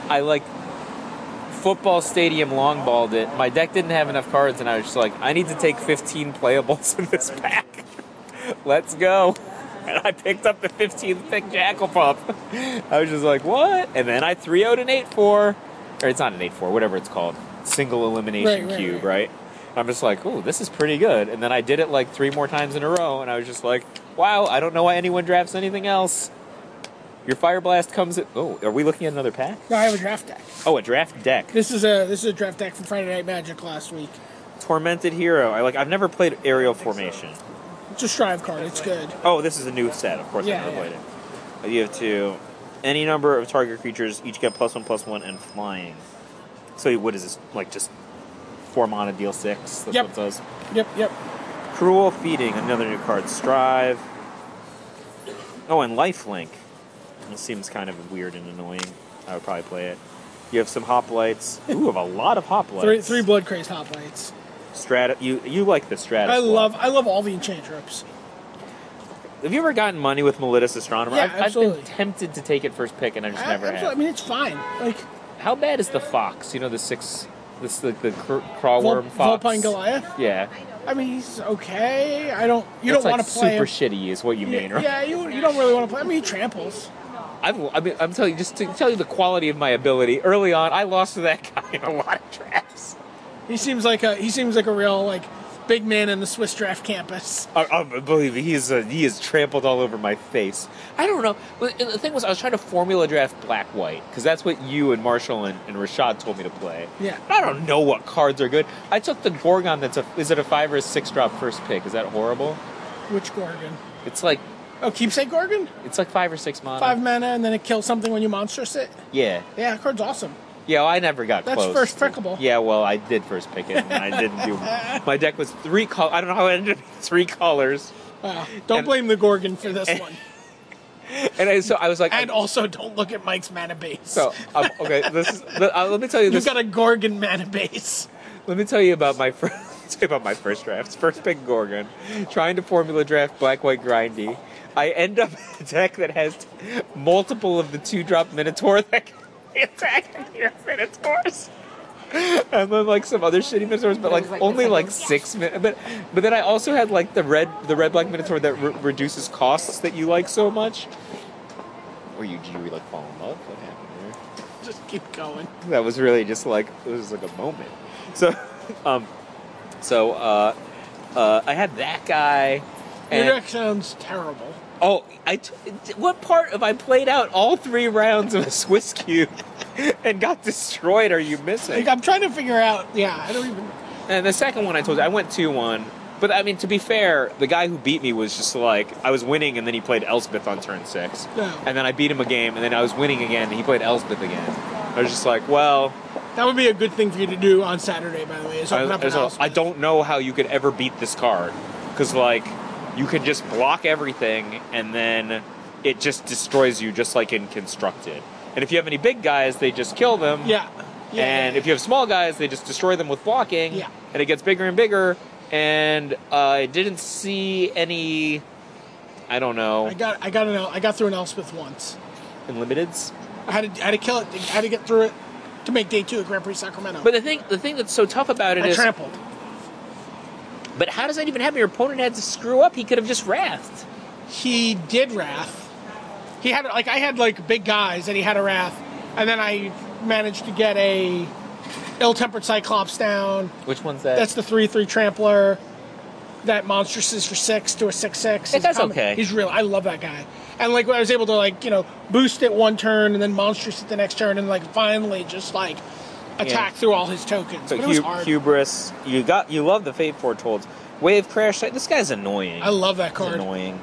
[SPEAKER 2] I like football stadium long balled it. My deck didn't have enough cards, and I was just like, I need to take 15 playables in this pack. Let's go. And I picked up the 15th pick Jackal Pump. I was just like, what? And then I 3 0'd an 8 4. Or it's not an 8 4, whatever it's called. Single elimination
[SPEAKER 3] Right, right,
[SPEAKER 2] cube,
[SPEAKER 3] right.
[SPEAKER 2] right? And I'm just like, ooh, this is pretty good. And then I did it like three more times in a row, and I was just like, wow, I don't know why anyone drafts anything else. Your Fire Blast comes at. Oh, are we looking at another pack?
[SPEAKER 3] No, I have a draft deck.
[SPEAKER 2] Oh, a draft deck.
[SPEAKER 3] This is a this is a draft deck from Friday Night Magic last week.
[SPEAKER 2] Tormented Hero. I like. I've never played Aerial Formation.
[SPEAKER 3] It's a Strive card. It's good.
[SPEAKER 2] Oh, this is a new set. Of course,
[SPEAKER 3] Yeah,
[SPEAKER 2] I've never
[SPEAKER 3] yeah.
[SPEAKER 2] played it. You have to any number of target creatures each get plus one plus one and flying. So what is this like? Just four mana deal six. That's
[SPEAKER 3] Yep.
[SPEAKER 2] what it does.
[SPEAKER 3] Yep, yep.
[SPEAKER 2] Cruel Feeding, another new card. Strive. Oh, and Lifelink. It seems kind of weird and annoying. I would probably play it. You have some hoplites. Ooh, have a lot of hoplites.
[SPEAKER 3] Three three blood crazed hoplites.
[SPEAKER 2] strata. You you like the strata?
[SPEAKER 3] I
[SPEAKER 2] squad.
[SPEAKER 3] love I love all the enchant trips.
[SPEAKER 2] Have you ever gotten money with Miletus Astronomer?
[SPEAKER 3] Yeah,
[SPEAKER 2] I've, I've
[SPEAKER 3] absolutely.
[SPEAKER 2] been tempted to take it first pick, and I just
[SPEAKER 3] I,
[SPEAKER 2] never
[SPEAKER 3] I'm so- I
[SPEAKER 2] have.
[SPEAKER 3] mean, it's fine. Like
[SPEAKER 2] How bad is the fox? You know the six, this the the cr- crawl
[SPEAKER 3] Vol-
[SPEAKER 2] worm fox.
[SPEAKER 3] Volpine Goliath.
[SPEAKER 2] Yeah,
[SPEAKER 3] I mean, he's okay. I don't. You
[SPEAKER 2] That's
[SPEAKER 3] don't
[SPEAKER 2] like
[SPEAKER 3] want to play
[SPEAKER 2] super
[SPEAKER 3] him.
[SPEAKER 2] shitty is what you mean,
[SPEAKER 3] yeah,
[SPEAKER 2] right?
[SPEAKER 3] yeah, you, you don't really want to play. I mean, he tramples.
[SPEAKER 2] I've, I mean, I'm telling you, just to tell you the quality of my ability. Early on, I lost to that guy in a lot of drafts.
[SPEAKER 3] He seems like a he seems like a real like big man in the Swiss draft campus.
[SPEAKER 2] I, I believe me, he is uh, he is trampled all over my face. I don't know. But the thing was, I was trying to formula draft black white because that's what you and Marshall and, and Rashad told me to play.
[SPEAKER 3] Yeah.
[SPEAKER 2] I don't know what cards are good. I took the Gorgon. That's a is it a five or a six drop first pick? Is that horrible?
[SPEAKER 3] Which Gorgon?
[SPEAKER 2] It's like
[SPEAKER 3] Oh, keepsake Gorgon.
[SPEAKER 2] it's like five or six mana.
[SPEAKER 3] Five mana, and then it kills something when you monstrous it.
[SPEAKER 2] Yeah.
[SPEAKER 3] Yeah, that card's awesome.
[SPEAKER 2] Yeah, well, I never got
[SPEAKER 3] That's
[SPEAKER 2] close.
[SPEAKER 3] first pickable.
[SPEAKER 2] Yeah, well, I did first pick it. And I didn't do. My deck was three col. I don't know how I ended up with three colors.
[SPEAKER 3] Wow. Don't
[SPEAKER 2] And-
[SPEAKER 3] blame the Gorgon for this one.
[SPEAKER 2] And I, so I was like,
[SPEAKER 3] And also, don't look at Mike's mana base.
[SPEAKER 2] so um, okay. This is, uh, let me tell you
[SPEAKER 3] you've
[SPEAKER 2] this.
[SPEAKER 3] got a Gorgon mana base.
[SPEAKER 2] Let me tell you about my first tell you about my first drafts. First pick Gorgon, trying to formula draft black white grindy. I end up with a deck that has multiple of the two drop Minotaur that can be attacked here Minotaurs. And then like some other shitty Minotaurs, but like, only like six min. But but then I also had like the red the red black Minotaur that re- reduces costs that you like so much. Or you did you like fall in love? What happened there?
[SPEAKER 3] Just keep going.
[SPEAKER 2] that was really just like it was like a moment. So, um, so uh, uh, I had that guy.
[SPEAKER 3] Your
[SPEAKER 2] And,
[SPEAKER 3] deck sounds terrible.
[SPEAKER 2] Oh, I t- what part of I played out all three rounds of a Swiss cube and got destroyed? Are you missing?
[SPEAKER 3] Like I'm trying to figure out. Yeah, I don't even.
[SPEAKER 2] And the second one I told you, I went 2 1. But I mean, to be fair, the guy who beat me was just like, I was winning and then he played Elspeth on turn six.
[SPEAKER 3] Yeah.
[SPEAKER 2] And then I beat him a game and then I was winning again and he played Elspeth again. I was just like, well,
[SPEAKER 3] That would be a good thing for you to do on Saturday, by the way. Is
[SPEAKER 2] I,
[SPEAKER 3] open up
[SPEAKER 2] I
[SPEAKER 3] an
[SPEAKER 2] was like,
[SPEAKER 3] house.
[SPEAKER 2] I don't know how you could ever beat this card because like you can just block everything and then it just destroys you just like in constructed and if you have any big guys they just kill them
[SPEAKER 3] Yeah. yeah
[SPEAKER 2] and
[SPEAKER 3] yeah,
[SPEAKER 2] if you have small guys they just destroy them with blocking
[SPEAKER 3] Yeah.
[SPEAKER 2] and it gets bigger and bigger and uh, i didn't see any i don't know
[SPEAKER 3] I got I got an El- I got through an Elspeth once.
[SPEAKER 2] unlimiteds
[SPEAKER 3] I had to I had to kill it. I had to get through it to make day two at Grand Prix Sacramento.
[SPEAKER 2] but the thing the thing that's so tough about it
[SPEAKER 3] I
[SPEAKER 2] is
[SPEAKER 3] trampled.
[SPEAKER 2] but how does that even happen your opponent had to screw up he could have just wrathed
[SPEAKER 3] He did wrath. He had like I had like big guys and he had a wrath, and then I managed to get a ill-tempered Cyclops down.
[SPEAKER 2] which one's that
[SPEAKER 3] That's the three three trampler. that monstrous is for six to a six six.
[SPEAKER 6] But that's
[SPEAKER 3] He's-
[SPEAKER 6] okay.
[SPEAKER 3] He's real. I love that guy. And like when I was able to like you know boost at one turn and then monstrous at the next turn and like finally just like attack through all his tokens.
[SPEAKER 2] So
[SPEAKER 3] but it was
[SPEAKER 2] hu-
[SPEAKER 3] hard.
[SPEAKER 2] hubris. You got. You love the fate foretold. Wave crash. This guy's annoying.
[SPEAKER 3] I love that
[SPEAKER 2] He's
[SPEAKER 3] card.
[SPEAKER 2] annoying.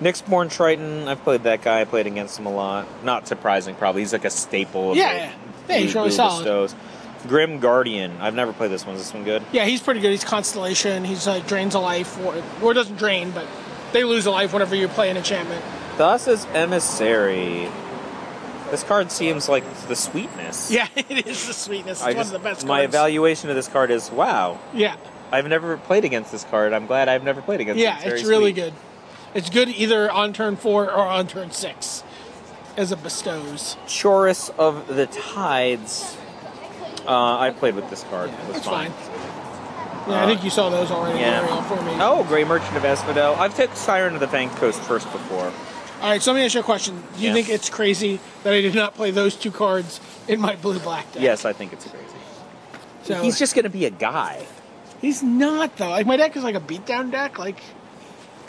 [SPEAKER 2] Nixborn Triton. I've played that guy. I played against him a lot. Not surprising, probably. He's like a staple. Of
[SPEAKER 3] Yeah,
[SPEAKER 2] like,
[SPEAKER 3] yeah. Yeah, he's
[SPEAKER 2] Blue-
[SPEAKER 3] really
[SPEAKER 2] Blue
[SPEAKER 3] solid.
[SPEAKER 2] Bestows. Grim Guardian. I've never played this one. Is this one good?
[SPEAKER 3] Yeah, he's pretty good. He's constellation. He's like drains a life or or doesn't drain, but they lose a life whenever you play an enchantment.
[SPEAKER 2] Thus is Emissary. This card seems like the sweetness.
[SPEAKER 3] Yeah, it is the sweetness. It's
[SPEAKER 2] I
[SPEAKER 3] one
[SPEAKER 2] just-
[SPEAKER 3] of the best.
[SPEAKER 2] my
[SPEAKER 3] cards.
[SPEAKER 2] evaluation of this card is wow.
[SPEAKER 3] Yeah,
[SPEAKER 2] I've never played against this card. I'm glad I've never played against.
[SPEAKER 3] yeah,
[SPEAKER 2] it.
[SPEAKER 3] it's,
[SPEAKER 2] very
[SPEAKER 3] really
[SPEAKER 2] sweet.
[SPEAKER 3] good. It's good either on turn four or on turn six, as it bestows.
[SPEAKER 2] Chorus of the Tides. Uh, I played with this card. it was
[SPEAKER 3] It's
[SPEAKER 2] fine.
[SPEAKER 3] fine. Yeah, I think you saw those already.
[SPEAKER 2] yeah.
[SPEAKER 3] Ariel, for me.
[SPEAKER 2] Oh, Grey Merchant of Asphodel. I've took Siren of the Fanged Coast first before.
[SPEAKER 3] All right, so let me ask you a question. Do you
[SPEAKER 2] Yes.
[SPEAKER 3] think it's crazy that I did not play those two cards in my blue black deck?
[SPEAKER 2] Yes, I think it's crazy.
[SPEAKER 3] So,
[SPEAKER 2] He's just gonna be a guy.
[SPEAKER 3] he's not though. Like my deck is like a beatdown deck. Like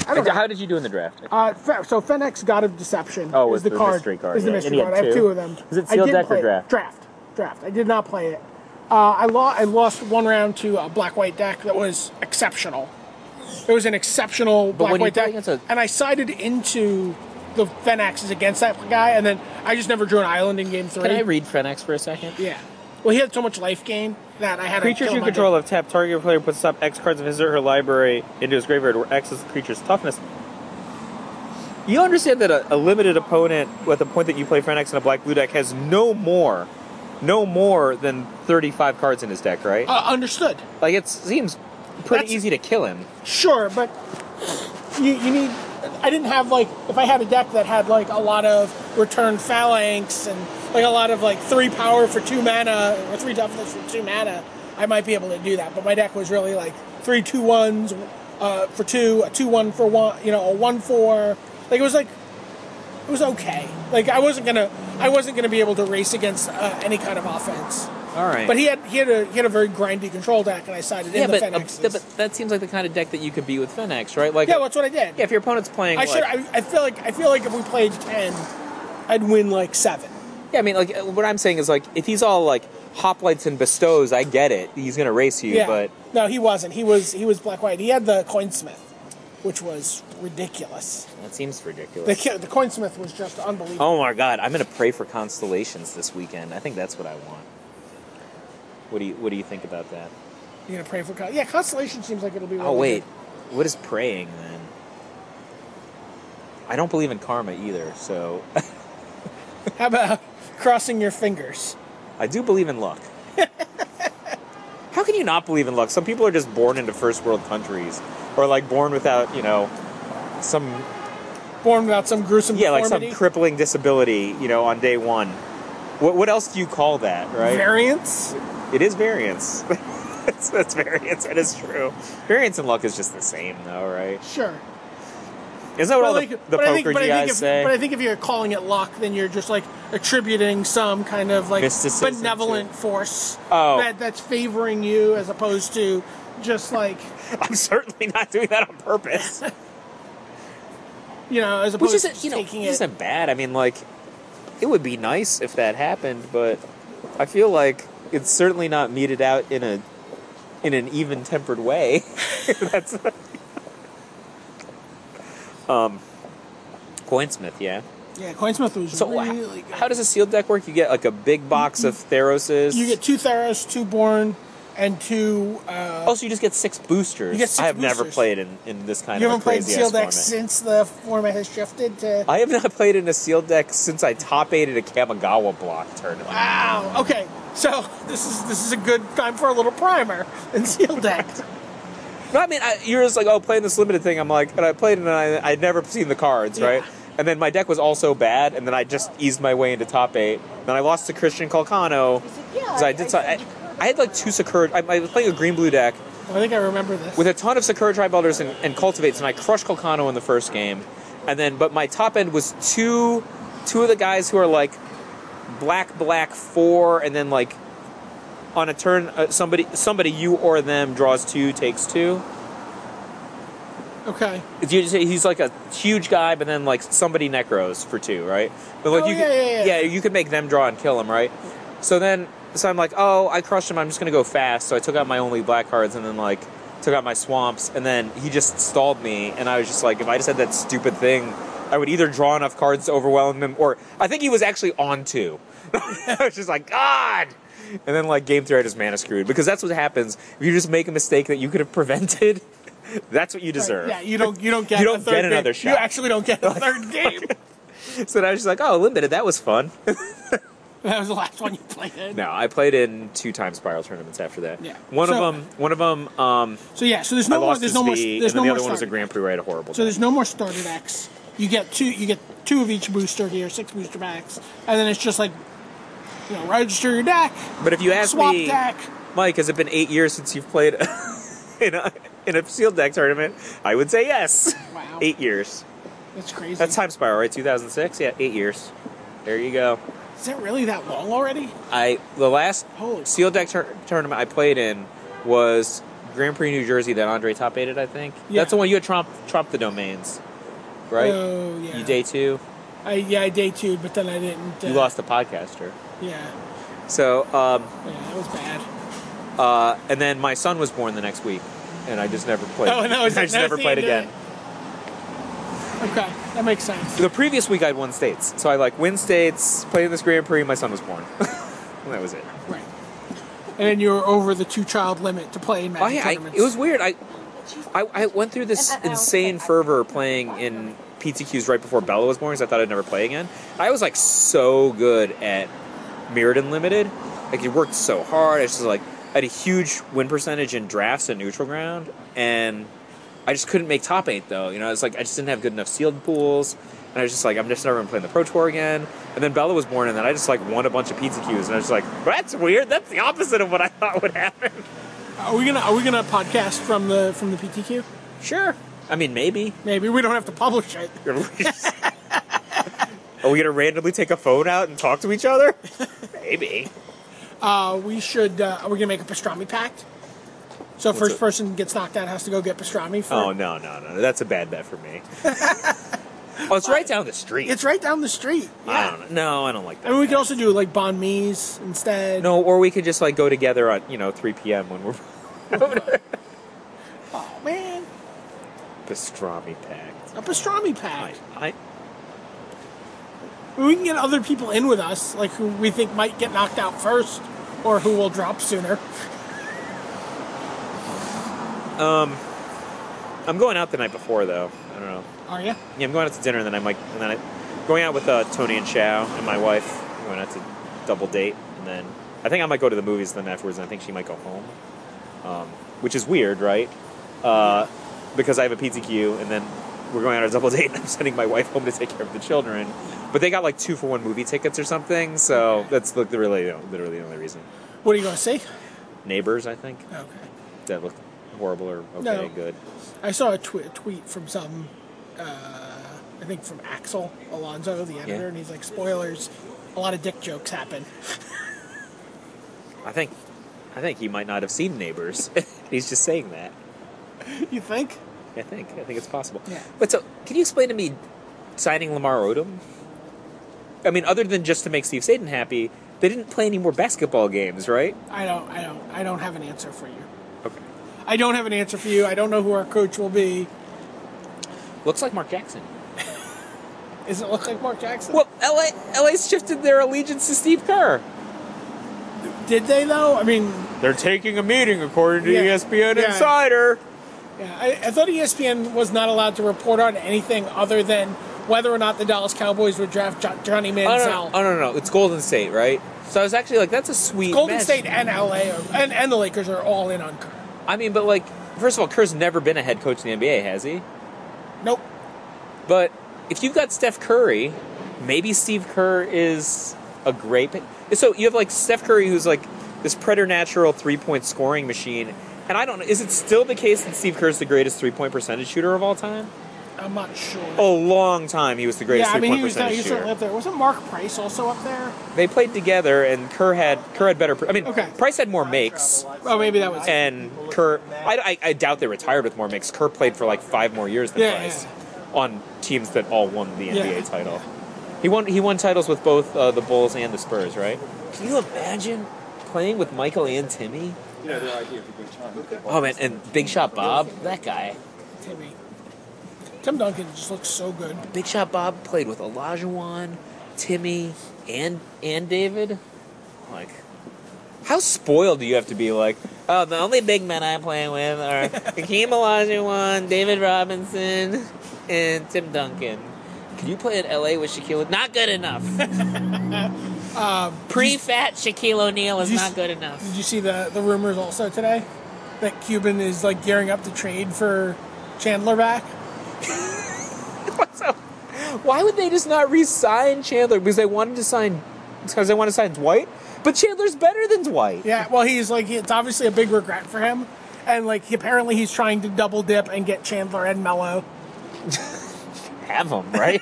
[SPEAKER 3] I don't know.
[SPEAKER 2] How did you do in the draft?
[SPEAKER 3] Uh, Fe- so Fennex, God of Deception,
[SPEAKER 2] Oh,
[SPEAKER 3] is
[SPEAKER 2] is
[SPEAKER 3] the,
[SPEAKER 2] the
[SPEAKER 3] card.
[SPEAKER 2] mystery card,
[SPEAKER 3] Is the
[SPEAKER 2] yeah.
[SPEAKER 3] mystery
[SPEAKER 2] And you
[SPEAKER 3] card.
[SPEAKER 2] had
[SPEAKER 3] I have
[SPEAKER 2] two?
[SPEAKER 3] two of them.
[SPEAKER 2] Is it
[SPEAKER 3] I
[SPEAKER 2] sealed
[SPEAKER 3] didn't
[SPEAKER 2] deck or
[SPEAKER 3] play it.
[SPEAKER 2] draft?
[SPEAKER 3] Draft, draft. I did not play it. Uh, I, lo- I lost one round to a black-white deck that was exceptional. It was an exceptional
[SPEAKER 2] But when you
[SPEAKER 3] black-white
[SPEAKER 2] play
[SPEAKER 3] deck,
[SPEAKER 2] against a-
[SPEAKER 3] and I sided into the Fenexes against that guy, and then I just never drew an island in game three.
[SPEAKER 2] Can I read Fenix for a second?
[SPEAKER 3] yeah. Well, he had so much life gain that I had to
[SPEAKER 2] Creatures
[SPEAKER 3] kill
[SPEAKER 2] you
[SPEAKER 3] him.
[SPEAKER 2] control have tapped target player puts up X cards of his or her library into his graveyard where X is the creature's toughness. You understand that a, a limited opponent at the point that you play Frenex in a black blue deck has no more, no more than 35 cards in his deck, right?
[SPEAKER 3] Uh, understood.
[SPEAKER 2] like it seems pretty
[SPEAKER 3] That's-
[SPEAKER 2] easy to kill him.
[SPEAKER 3] Sure, but you, you need. I didn't have like if I had a deck that had like a lot of return phalanx and like a lot of like three power for two mana or three toughness for two mana, I might be able to do that. But my deck was really like three two ones uh, for two, a two one for one, you know, a one four. Like it was like it was okay. Like I wasn't gonna I wasn't gonna be able to race against uh, any kind of offense.
[SPEAKER 2] All right.
[SPEAKER 3] But he had he had a he had a very grindy control deck, and I sided
[SPEAKER 2] yeah,
[SPEAKER 3] in the
[SPEAKER 2] but, uh,
[SPEAKER 3] Fenixes.
[SPEAKER 2] th- but that seems like the kind of deck that you could be with Fenix, right? Like
[SPEAKER 3] yeah, well, that's what I did.
[SPEAKER 2] yeah, if your opponent's playing,
[SPEAKER 3] I
[SPEAKER 2] like,
[SPEAKER 3] should. I, I feel like I feel like if we played ten, I'd win like seven.
[SPEAKER 2] Yeah, I mean, like what I'm saying is like if he's all like hoplites and bestows, I get it. He's gonna race you,
[SPEAKER 3] yeah.
[SPEAKER 2] but
[SPEAKER 3] no, he wasn't. He was he was black white. He had the coinsmith, which was ridiculous.
[SPEAKER 2] that seems ridiculous.
[SPEAKER 3] The ki- the coinsmith was just unbelievable.
[SPEAKER 2] Oh my god, I'm gonna pray for constellations this weekend. I think that's what I want. What do you What do you think about that?
[SPEAKER 3] You're gonna pray for con- yeah. Constellation seems like it'll be. Really
[SPEAKER 2] Oh wait,
[SPEAKER 3] good.
[SPEAKER 2] what is praying then? I don't believe in karma either, so
[SPEAKER 3] How about crossing your fingers?
[SPEAKER 2] I do believe in luck. How can you not believe in luck? Some people are just born into first world countries, or like born without you know some
[SPEAKER 3] Born without some gruesome
[SPEAKER 2] yeah like some
[SPEAKER 3] deformity.
[SPEAKER 2] crippling disability you know on day one. What What else do you call that? Right?
[SPEAKER 3] variance.
[SPEAKER 2] It is variance. that's, that's variance. That is true. Variance and luck is just the same, though, right?
[SPEAKER 3] Sure.
[SPEAKER 2] Isn't that what all the,
[SPEAKER 3] But, like-
[SPEAKER 2] the
[SPEAKER 3] but I think-
[SPEAKER 2] poker
[SPEAKER 3] but I
[SPEAKER 2] guys
[SPEAKER 3] think if-
[SPEAKER 2] say?
[SPEAKER 3] But I think if you're calling it luck, then you're just like attributing some kind of like
[SPEAKER 2] Mysticism to-
[SPEAKER 3] benevolent force
[SPEAKER 2] Oh.
[SPEAKER 3] that, that's favoring you as opposed to just like
[SPEAKER 2] I'm certainly not doing that on purpose.
[SPEAKER 3] you know as opposed
[SPEAKER 2] Which
[SPEAKER 3] to
[SPEAKER 2] isn't,
[SPEAKER 3] just
[SPEAKER 2] you know,
[SPEAKER 3] taking it.
[SPEAKER 2] isn't bad. I mean, like, it would be nice if that happened, but I feel like it's certainly not meted out in a in an even-tempered way. that's. um, Coinsmith, yeah.
[SPEAKER 3] yeah, Coinsmith was
[SPEAKER 2] So,
[SPEAKER 3] really
[SPEAKER 2] h-
[SPEAKER 3] good.
[SPEAKER 2] how does a sealed deck work? You get like a big box of Theroses.
[SPEAKER 3] you get two Theros, two Born, and two. Uh,
[SPEAKER 2] Also, you just get six boosters.
[SPEAKER 3] You get six
[SPEAKER 2] I have never
[SPEAKER 3] boosters.
[SPEAKER 2] played in, in this kind
[SPEAKER 3] you
[SPEAKER 2] of a
[SPEAKER 3] haven't played
[SPEAKER 2] crazy
[SPEAKER 3] sealed
[SPEAKER 2] format.
[SPEAKER 3] deck since the format has shifted to.
[SPEAKER 2] I have not played in a sealed deck since I top aided a Kamigawa block tournament.
[SPEAKER 3] Wow. Okay. So this is this is a good time for a little primer in sealed deck.
[SPEAKER 2] No, I mean I, you're just like, oh, playing this limited thing. I'm like, and I played it, and I, I'd never seen the cards,
[SPEAKER 3] Yeah.
[SPEAKER 2] right? And then my deck was also bad, and then I just eased my way into top eight. Then I lost to Christian Colcano.
[SPEAKER 4] Yeah,
[SPEAKER 2] So I
[SPEAKER 4] I-
[SPEAKER 2] did.
[SPEAKER 4] I
[SPEAKER 2] so-
[SPEAKER 4] said
[SPEAKER 2] I,
[SPEAKER 4] you could.
[SPEAKER 2] I had like two Sakura. I, I was playing a green blue deck,
[SPEAKER 3] I think I remember this.
[SPEAKER 2] with a ton of Sakura Tribe Elders and, and Cultivates, and I crushed Colcano in the first game. And then, but my top end was two, two of the guys who are like black, black four, and then like on a turn, uh, somebody, somebody you or them draws two, takes two.
[SPEAKER 3] Okay.
[SPEAKER 2] It's usually- he's like a huge guy, but then like somebody necros for two, right? But like
[SPEAKER 3] Oh,
[SPEAKER 2] you,
[SPEAKER 3] yeah,
[SPEAKER 2] could,
[SPEAKER 3] yeah, yeah.
[SPEAKER 2] you could make them draw and kill him, right? So then, so I'm like, oh, I crushed him. I'm just gonna go fast. So I took out my only black cards, and then like took out my swamps, and then he just stalled me, and I was just like, if I just had that stupid thing, I would either draw enough cards to overwhelm him, or I think he was actually on two. I was just like, God. And then like game three, I just mana screwed because that's what happens if you just make a mistake that you could have prevented. That's what you deserve.
[SPEAKER 3] Yeah, you don't you don't get
[SPEAKER 2] You
[SPEAKER 3] a
[SPEAKER 2] don't
[SPEAKER 3] third
[SPEAKER 2] get
[SPEAKER 3] game.
[SPEAKER 2] another
[SPEAKER 3] You
[SPEAKER 2] shot.
[SPEAKER 3] actually don't get a third game.
[SPEAKER 2] So then I was just like, oh, limited, that was fun.
[SPEAKER 3] that was the last one you played.
[SPEAKER 2] no, I played in two time spiral tournaments after that.
[SPEAKER 3] Yeah.
[SPEAKER 2] One
[SPEAKER 3] So-
[SPEAKER 2] of them, one of them, um,
[SPEAKER 3] So yeah, so there's
[SPEAKER 2] I
[SPEAKER 3] no more.
[SPEAKER 2] lost
[SPEAKER 3] There's
[SPEAKER 2] his
[SPEAKER 3] no more.
[SPEAKER 2] V,
[SPEAKER 3] There's
[SPEAKER 2] and then the
[SPEAKER 3] no more.
[SPEAKER 2] other one was a
[SPEAKER 3] starter.
[SPEAKER 2] Grand Prix ride, a horrible.
[SPEAKER 3] So there's no more starter decks. You get two. You get two of each booster here, six booster packs, and then it's just like, you know, register your deck,
[SPEAKER 2] but if you ask
[SPEAKER 3] swap
[SPEAKER 2] me,
[SPEAKER 3] deck.
[SPEAKER 2] Mike, has it been eight years since you've played in a in a sealed deck tournament? I would say yes.
[SPEAKER 3] Wow.
[SPEAKER 2] Eight years.
[SPEAKER 3] That's crazy.
[SPEAKER 2] That's time spiral, right? Two thousand six. Yeah, eight years. There you go.
[SPEAKER 3] Is it really that long already?
[SPEAKER 2] I the last
[SPEAKER 3] Holy-
[SPEAKER 2] sealed deck tur- tournament I played in was Grand Prix New Jersey that Andre top aided. I think
[SPEAKER 3] Yeah.
[SPEAKER 2] that's the one you had Trump Trump the domains, right?
[SPEAKER 3] Oh yeah.
[SPEAKER 2] You day two,
[SPEAKER 3] I yeah I day two, but then I didn't. Uh,
[SPEAKER 2] you lost the podcaster.
[SPEAKER 3] Yeah.
[SPEAKER 2] So um,
[SPEAKER 3] Yeah, that was bad.
[SPEAKER 2] uh, and then my son was born the next week, and I just never played.
[SPEAKER 3] Oh, and that was
[SPEAKER 2] I
[SPEAKER 3] it.
[SPEAKER 2] just
[SPEAKER 3] That
[SPEAKER 2] never
[SPEAKER 3] was the
[SPEAKER 2] played
[SPEAKER 3] end of
[SPEAKER 2] again.
[SPEAKER 3] Okay, that makes sense.
[SPEAKER 2] The previous week I'd won states, so I like win states, play in this Grand Prix. My son was born. and that was it.
[SPEAKER 3] Right. And then you were over the two child limit to play in
[SPEAKER 2] Oh,
[SPEAKER 3] magic
[SPEAKER 2] yeah, I,
[SPEAKER 3] tournaments.
[SPEAKER 2] it was weird. I, I, I went through this
[SPEAKER 4] And I- I was
[SPEAKER 2] insane
[SPEAKER 4] like, I-
[SPEAKER 2] fervor playing in PTQs right before Bella was born because I thought I'd never play again. I was like so good at Mirrodin Limited. Like it worked so hard. I was just like I had a huge win percentage in drafts and neutral ground, and I just couldn't make top eight though. You know, it's like I just didn't have good enough sealed pools. And I was just like, I'm just never gonna play in the Pro Tour again. And then Bella was born, and then I just like won a bunch of pizza queues, and I was just like, that's weird. That's the opposite of what I thought would happen.
[SPEAKER 3] Are we gonna Are we gonna podcast from the from the PTQ?
[SPEAKER 2] Sure. I mean, maybe.
[SPEAKER 3] Maybe we don't have to publish it.
[SPEAKER 2] Are we gonna randomly take a phone out and talk to each other? Maybe.
[SPEAKER 3] Uh, we should. Uh, are we gonna make a pastrami pact? So first person gets knocked out has to go get pastrami. For,
[SPEAKER 2] Oh no, no, no! That's a bad bet for me. oh, it's right down the street.
[SPEAKER 3] It's right down the street.
[SPEAKER 2] I
[SPEAKER 3] Yeah.
[SPEAKER 2] don't know. No, I don't like that.
[SPEAKER 3] I mean, we could also do like banh mi's instead.
[SPEAKER 2] no, or we could just like go together at you know 3 p.m. when we're
[SPEAKER 3] oh, man,
[SPEAKER 2] pastrami packed.
[SPEAKER 3] a pastrami
[SPEAKER 2] I,
[SPEAKER 3] pact.
[SPEAKER 2] I,
[SPEAKER 3] I mean, we can get other people in with us, like who we think might get knocked out first, or who will drop sooner.
[SPEAKER 2] I'm going out the night before though. I don't know.
[SPEAKER 3] Are you?
[SPEAKER 2] Yeah, I'm going out to dinner and then I might and then I, going out with uh, Tony and Chow and my wife. I'm going out to double date and then I think I might go to the movies then afterwards and I think she might go home, um, which is weird, right? Uh, because I have a PTQ and then we're going out on a double date and I'm sending my wife home to take care of the children. But they got like two for one movie tickets or something, so that's like the really literally the only reason.
[SPEAKER 3] What are you gonna say?
[SPEAKER 2] Neighbors, I think
[SPEAKER 3] Okay.
[SPEAKER 2] that looked horrible or okay,
[SPEAKER 3] No.
[SPEAKER 2] good.
[SPEAKER 3] I saw a tw- tweet from some, uh, I think from Axel Alonso, the editor,
[SPEAKER 2] Yeah.
[SPEAKER 3] and he's like, "Spoilers, a lot of dick jokes happen."
[SPEAKER 2] I think I think he might not have seen Neighbors. He's just saying that.
[SPEAKER 3] you think?
[SPEAKER 2] I think. I think it's possible.
[SPEAKER 3] Yeah.
[SPEAKER 2] But so, can you explain to me signing Lamar Odom? I mean, other than just to make Steve Saden happy, they didn't play any more basketball games, right?
[SPEAKER 3] I don't. I don't. I don't have an answer for you.
[SPEAKER 2] Okay.
[SPEAKER 3] I don't have an answer for you. I don't know who our coach will be.
[SPEAKER 2] Looks like Mark Jackson.
[SPEAKER 3] Does it look like Mark Jackson?
[SPEAKER 2] Well, LA, LA's shifted their allegiance to Steve Kerr.
[SPEAKER 3] did they though? I mean,
[SPEAKER 2] They're taking a meeting, according to E
[SPEAKER 3] Yeah.
[SPEAKER 2] ESPN
[SPEAKER 3] Yeah.
[SPEAKER 2] Insider.
[SPEAKER 3] yeah, I, I thought E ESPN was not allowed to report on anything other than whether or not the Dallas Cowboys would draft jo- Johnny
[SPEAKER 2] Oh
[SPEAKER 3] Manziel.
[SPEAKER 2] no, no, no, no, it's Golden State, right? So I was actually like, that's a sweet.
[SPEAKER 3] Golden
[SPEAKER 2] match.
[SPEAKER 3] State and LA are, and, and the Lakers are all in on Kerr.
[SPEAKER 2] I mean, but like, first of all, Kerr's never been a head coach in the NBA, has he?
[SPEAKER 3] Nope.
[SPEAKER 2] But if you've got Steph Curry, maybe Steve Kerr is a great. pick- So you have like Steph Curry, who's like this preternatural three point scoring machine. And I don't know, is it still the case that Steve Kerr is the greatest three point percentage shooter of all time?
[SPEAKER 3] I'm not sure.
[SPEAKER 2] a long time, he was the greatest
[SPEAKER 3] yeah, I
[SPEAKER 2] three
[SPEAKER 3] mean,
[SPEAKER 2] point
[SPEAKER 3] he was, uh,
[SPEAKER 2] percentage
[SPEAKER 3] he was
[SPEAKER 2] shooter.
[SPEAKER 3] certainly up there. Wasn't Mark Price also up there?
[SPEAKER 2] They played together, and Kerr had Kerr had better. pr- I mean,
[SPEAKER 3] Okay.
[SPEAKER 2] Price had more makes,
[SPEAKER 3] Oh, maybe that was.
[SPEAKER 2] and Kerr. I, I, I doubt they retired with more makes. Kerr played for like five more years than
[SPEAKER 3] Yeah, yeah,
[SPEAKER 2] Price on teams that all won the NBA
[SPEAKER 3] Yeah.
[SPEAKER 2] title. He won he won titles with both uh, the Bulls and the Spurs, right? Can you imagine playing with Michael and Timmy? Oh man, and Big Shot Bob, that guy.
[SPEAKER 3] Timmy. Tim Duncan just looks so good.
[SPEAKER 2] Big Shot Bob played with Olajuwon, Timmy, and and David. Like, how spoiled do you have to be? Like, oh, the only big men I'm playing with are Hakeem Olajuwon, David Robinson, and Tim Duncan. Can you play in LA with Shaquille? Not good enough.
[SPEAKER 3] Um,
[SPEAKER 2] Pre-fat Shaquille O'Neal is
[SPEAKER 3] Did you
[SPEAKER 2] not
[SPEAKER 3] s-
[SPEAKER 2] good enough.
[SPEAKER 3] Did you see the, the rumors also today that Cuban is like gearing up to trade for Chandler back?
[SPEAKER 2] Why would they just not re-sign Chandler? Because they wanted to sign, because they want to sign Dwight. But Chandler's better than Dwight.
[SPEAKER 3] Yeah, well, he's like it's obviously a big regret for him, and like apparently he's trying to double dip and get Chandler and Mello.
[SPEAKER 2] have him, right?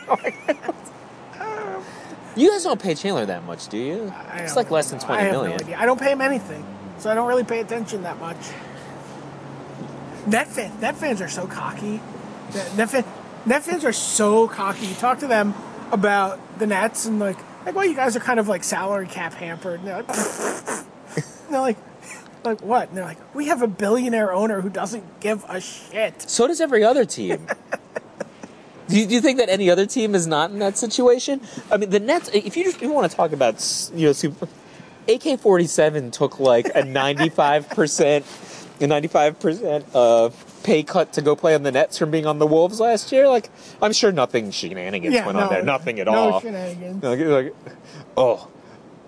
[SPEAKER 2] you guys don't pay Chandler that much, do you?
[SPEAKER 3] I
[SPEAKER 2] It's
[SPEAKER 3] don't-
[SPEAKER 2] like less than twenty
[SPEAKER 3] I have
[SPEAKER 2] million.
[SPEAKER 3] No idea. I don't pay him anything, so I don't really pay attention that much. Net fan, net fans are so cocky. Net, net, fan, net fans are so cocky. You talk to them about the Nets and like, like, well, you guys are kind of like salary cap hampered. And they're like, and they're like, like what? And they're like, we have a billionaire owner who doesn't give a shit.
[SPEAKER 2] So does every other team. do, you, do you think that any other team is not in that situation? I mean, the Nets. If you just if you want to talk about s- you know, super, AK forty seven took like a ninety five percent, a ninety five percent of pay cut to go play on the Nets from being on the Wolves last year. Like, I'm sure nothing shenanigans went on there. Nothing at
[SPEAKER 3] no
[SPEAKER 2] all.
[SPEAKER 3] shenanigans.
[SPEAKER 2] Like, like, oh,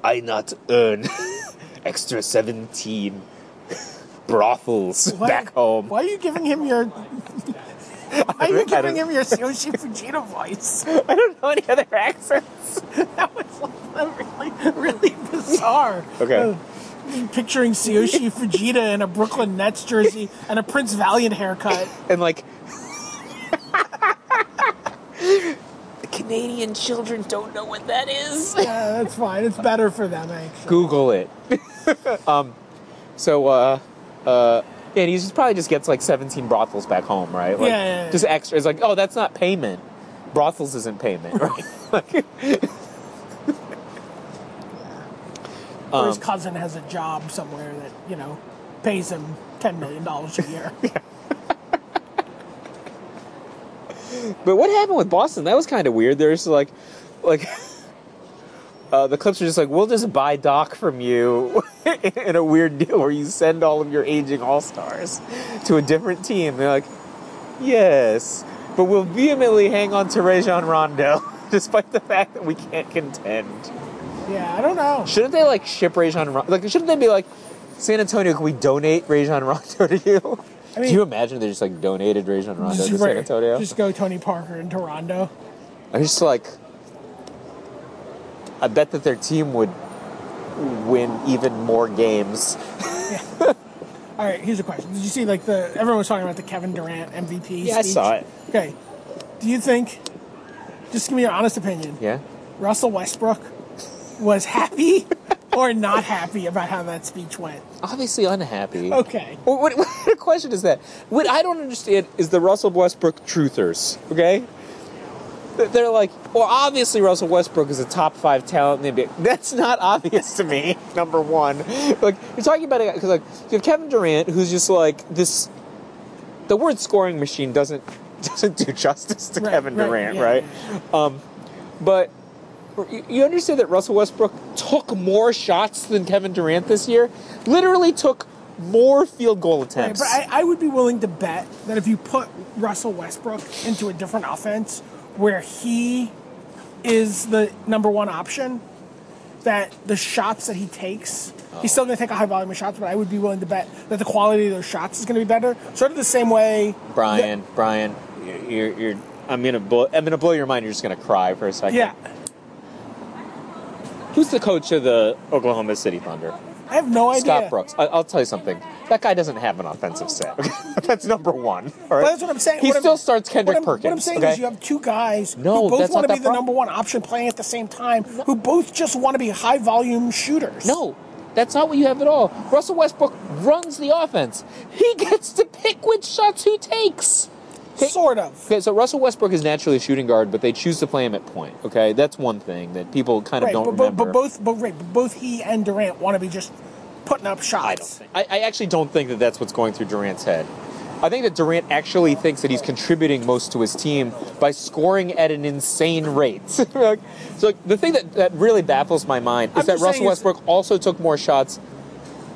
[SPEAKER 2] I not earn extra 17 brothels
[SPEAKER 3] Why-
[SPEAKER 2] back home.
[SPEAKER 3] Why are you giving him your? Why are you
[SPEAKER 2] don't- I
[SPEAKER 3] giving
[SPEAKER 2] don't-
[SPEAKER 3] him your Sushi Fujita voice?
[SPEAKER 2] I don't know any other accents.
[SPEAKER 3] That was like really, really bizarre.
[SPEAKER 2] Okay.
[SPEAKER 3] Uh, Picturing Tsuyoshi Fujita in a Brooklyn Nets jersey and a Prince Valiant haircut.
[SPEAKER 2] And like, the Canadian children don't know what that is.
[SPEAKER 3] Yeah, that's fine. It's better for them, actually.
[SPEAKER 2] Google it. um, so, uh, uh, yeah, and he just probably just gets like 17 brothels back home, right? Like,
[SPEAKER 3] Yeah, yeah, yeah.
[SPEAKER 2] Just extra. It's like, oh, that's not payment. Brothels isn't payment, right? Um,
[SPEAKER 3] or his cousin has a job somewhere that, you know, pays him $10 million a year.
[SPEAKER 2] But what happened with Boston? That was kind of weird. They're just like, like, uh, the Clips are just like, we'll just buy Doc from you in a weird deal where you send all of your aging All Stars to a different team. They're like, yes, but we'll vehemently hang on to Rajon Rondo despite the fact that we can't contend.
[SPEAKER 3] yeah, I don't know.
[SPEAKER 2] Shouldn't they like ship Rajon Rondo? Like, shouldn't they be like, San Antonio, can we donate Rajon Rondo to you?
[SPEAKER 3] I mean-
[SPEAKER 2] Do you imagine they just like donated Rajon Rondo
[SPEAKER 3] Just,
[SPEAKER 2] to San Antonio?
[SPEAKER 3] just go Tony Parker in Toronto.
[SPEAKER 2] I'm just like, I bet that their team would win even more games.
[SPEAKER 3] All right, here's a question. Did you see, like, the. Everyone was talking about the Kevin Durant MVP.
[SPEAKER 2] Yeah, I
[SPEAKER 3] speech?
[SPEAKER 2] saw it.
[SPEAKER 3] Okay. Do you think. Just give me your honest opinion.
[SPEAKER 2] Yeah.
[SPEAKER 3] Russell Westbrook was happy or not happy about how that speech went.
[SPEAKER 2] Obviously unhappy.
[SPEAKER 3] Okay.
[SPEAKER 2] What, what, what kind of question is that? What I don't understand is the Russell Westbrook truthers, okay? They're- They're like, well, obviously Russell Westbrook is a top five talent in the NBA. That's not obvious to me, number one. Like, you're talking about it, because, like, you have Kevin Durant, who's just like this. The word scoring machine doesn't doesn't do justice to
[SPEAKER 3] Right,
[SPEAKER 2] Kevin
[SPEAKER 3] right,
[SPEAKER 2] Durant,
[SPEAKER 3] yeah,
[SPEAKER 2] right? Um, but you- you understand that Russell Westbrook took more shots than Kevin Durant this year? Literally took more field goal
[SPEAKER 3] But
[SPEAKER 2] attempts.
[SPEAKER 3] I, I would be willing to bet that if you put Russell Westbrook into a different offense where he is the number one option, that the shots that he takes, he's still going to take a high volume of shots, but I would be willing to bet that the quality of those shots is going to be better. Sort of the same way.
[SPEAKER 2] Brian, Brian, you're, you're, I'm gonna blow, I'm gonna blow your mind. You're just gonna cry for a second.
[SPEAKER 3] Yeah.
[SPEAKER 2] Who's the coach of the Oklahoma City Thunder?
[SPEAKER 3] I have no idea.
[SPEAKER 2] Scott Brooks. I, I'll tell you something. That guy doesn't have an offensive set. that's number one. All right?
[SPEAKER 3] But that's what I'm saying.
[SPEAKER 2] He
[SPEAKER 3] What I'm-
[SPEAKER 2] still starts
[SPEAKER 3] What
[SPEAKER 2] Kendrick
[SPEAKER 3] I'm,
[SPEAKER 2] Perkins.
[SPEAKER 3] what I'm saying
[SPEAKER 2] okay?
[SPEAKER 3] is you have two guys
[SPEAKER 2] No,
[SPEAKER 3] who both
[SPEAKER 2] that's not
[SPEAKER 3] want to
[SPEAKER 2] that
[SPEAKER 3] be the
[SPEAKER 2] problem.
[SPEAKER 3] number one option playing at the same time, who both just want to be high volume shooters.
[SPEAKER 2] No, that's not what you have at all. Russell Westbrook runs the offense. He gets to pick which shots he takes. Hey-
[SPEAKER 3] sort of.
[SPEAKER 2] Okay, so Russell Westbrook is naturally a shooting guard, but they choose to play him at point. Okay, that's one thing that people kind of
[SPEAKER 3] Right,
[SPEAKER 2] don't
[SPEAKER 3] but, but,
[SPEAKER 2] remember.
[SPEAKER 3] but both, but right, but both he and Durant want to be just putting up shots.
[SPEAKER 2] I don't think. I, I actually don't think that that's what's going through Durant's head. I think that Durant actually thinks that he's contributing most to his team by scoring at an insane rate. Like, so like, the thing that, that really baffles my mind is
[SPEAKER 3] I'm
[SPEAKER 2] that
[SPEAKER 3] just saying
[SPEAKER 2] Russell
[SPEAKER 3] it's-
[SPEAKER 2] Westbrook also took more shots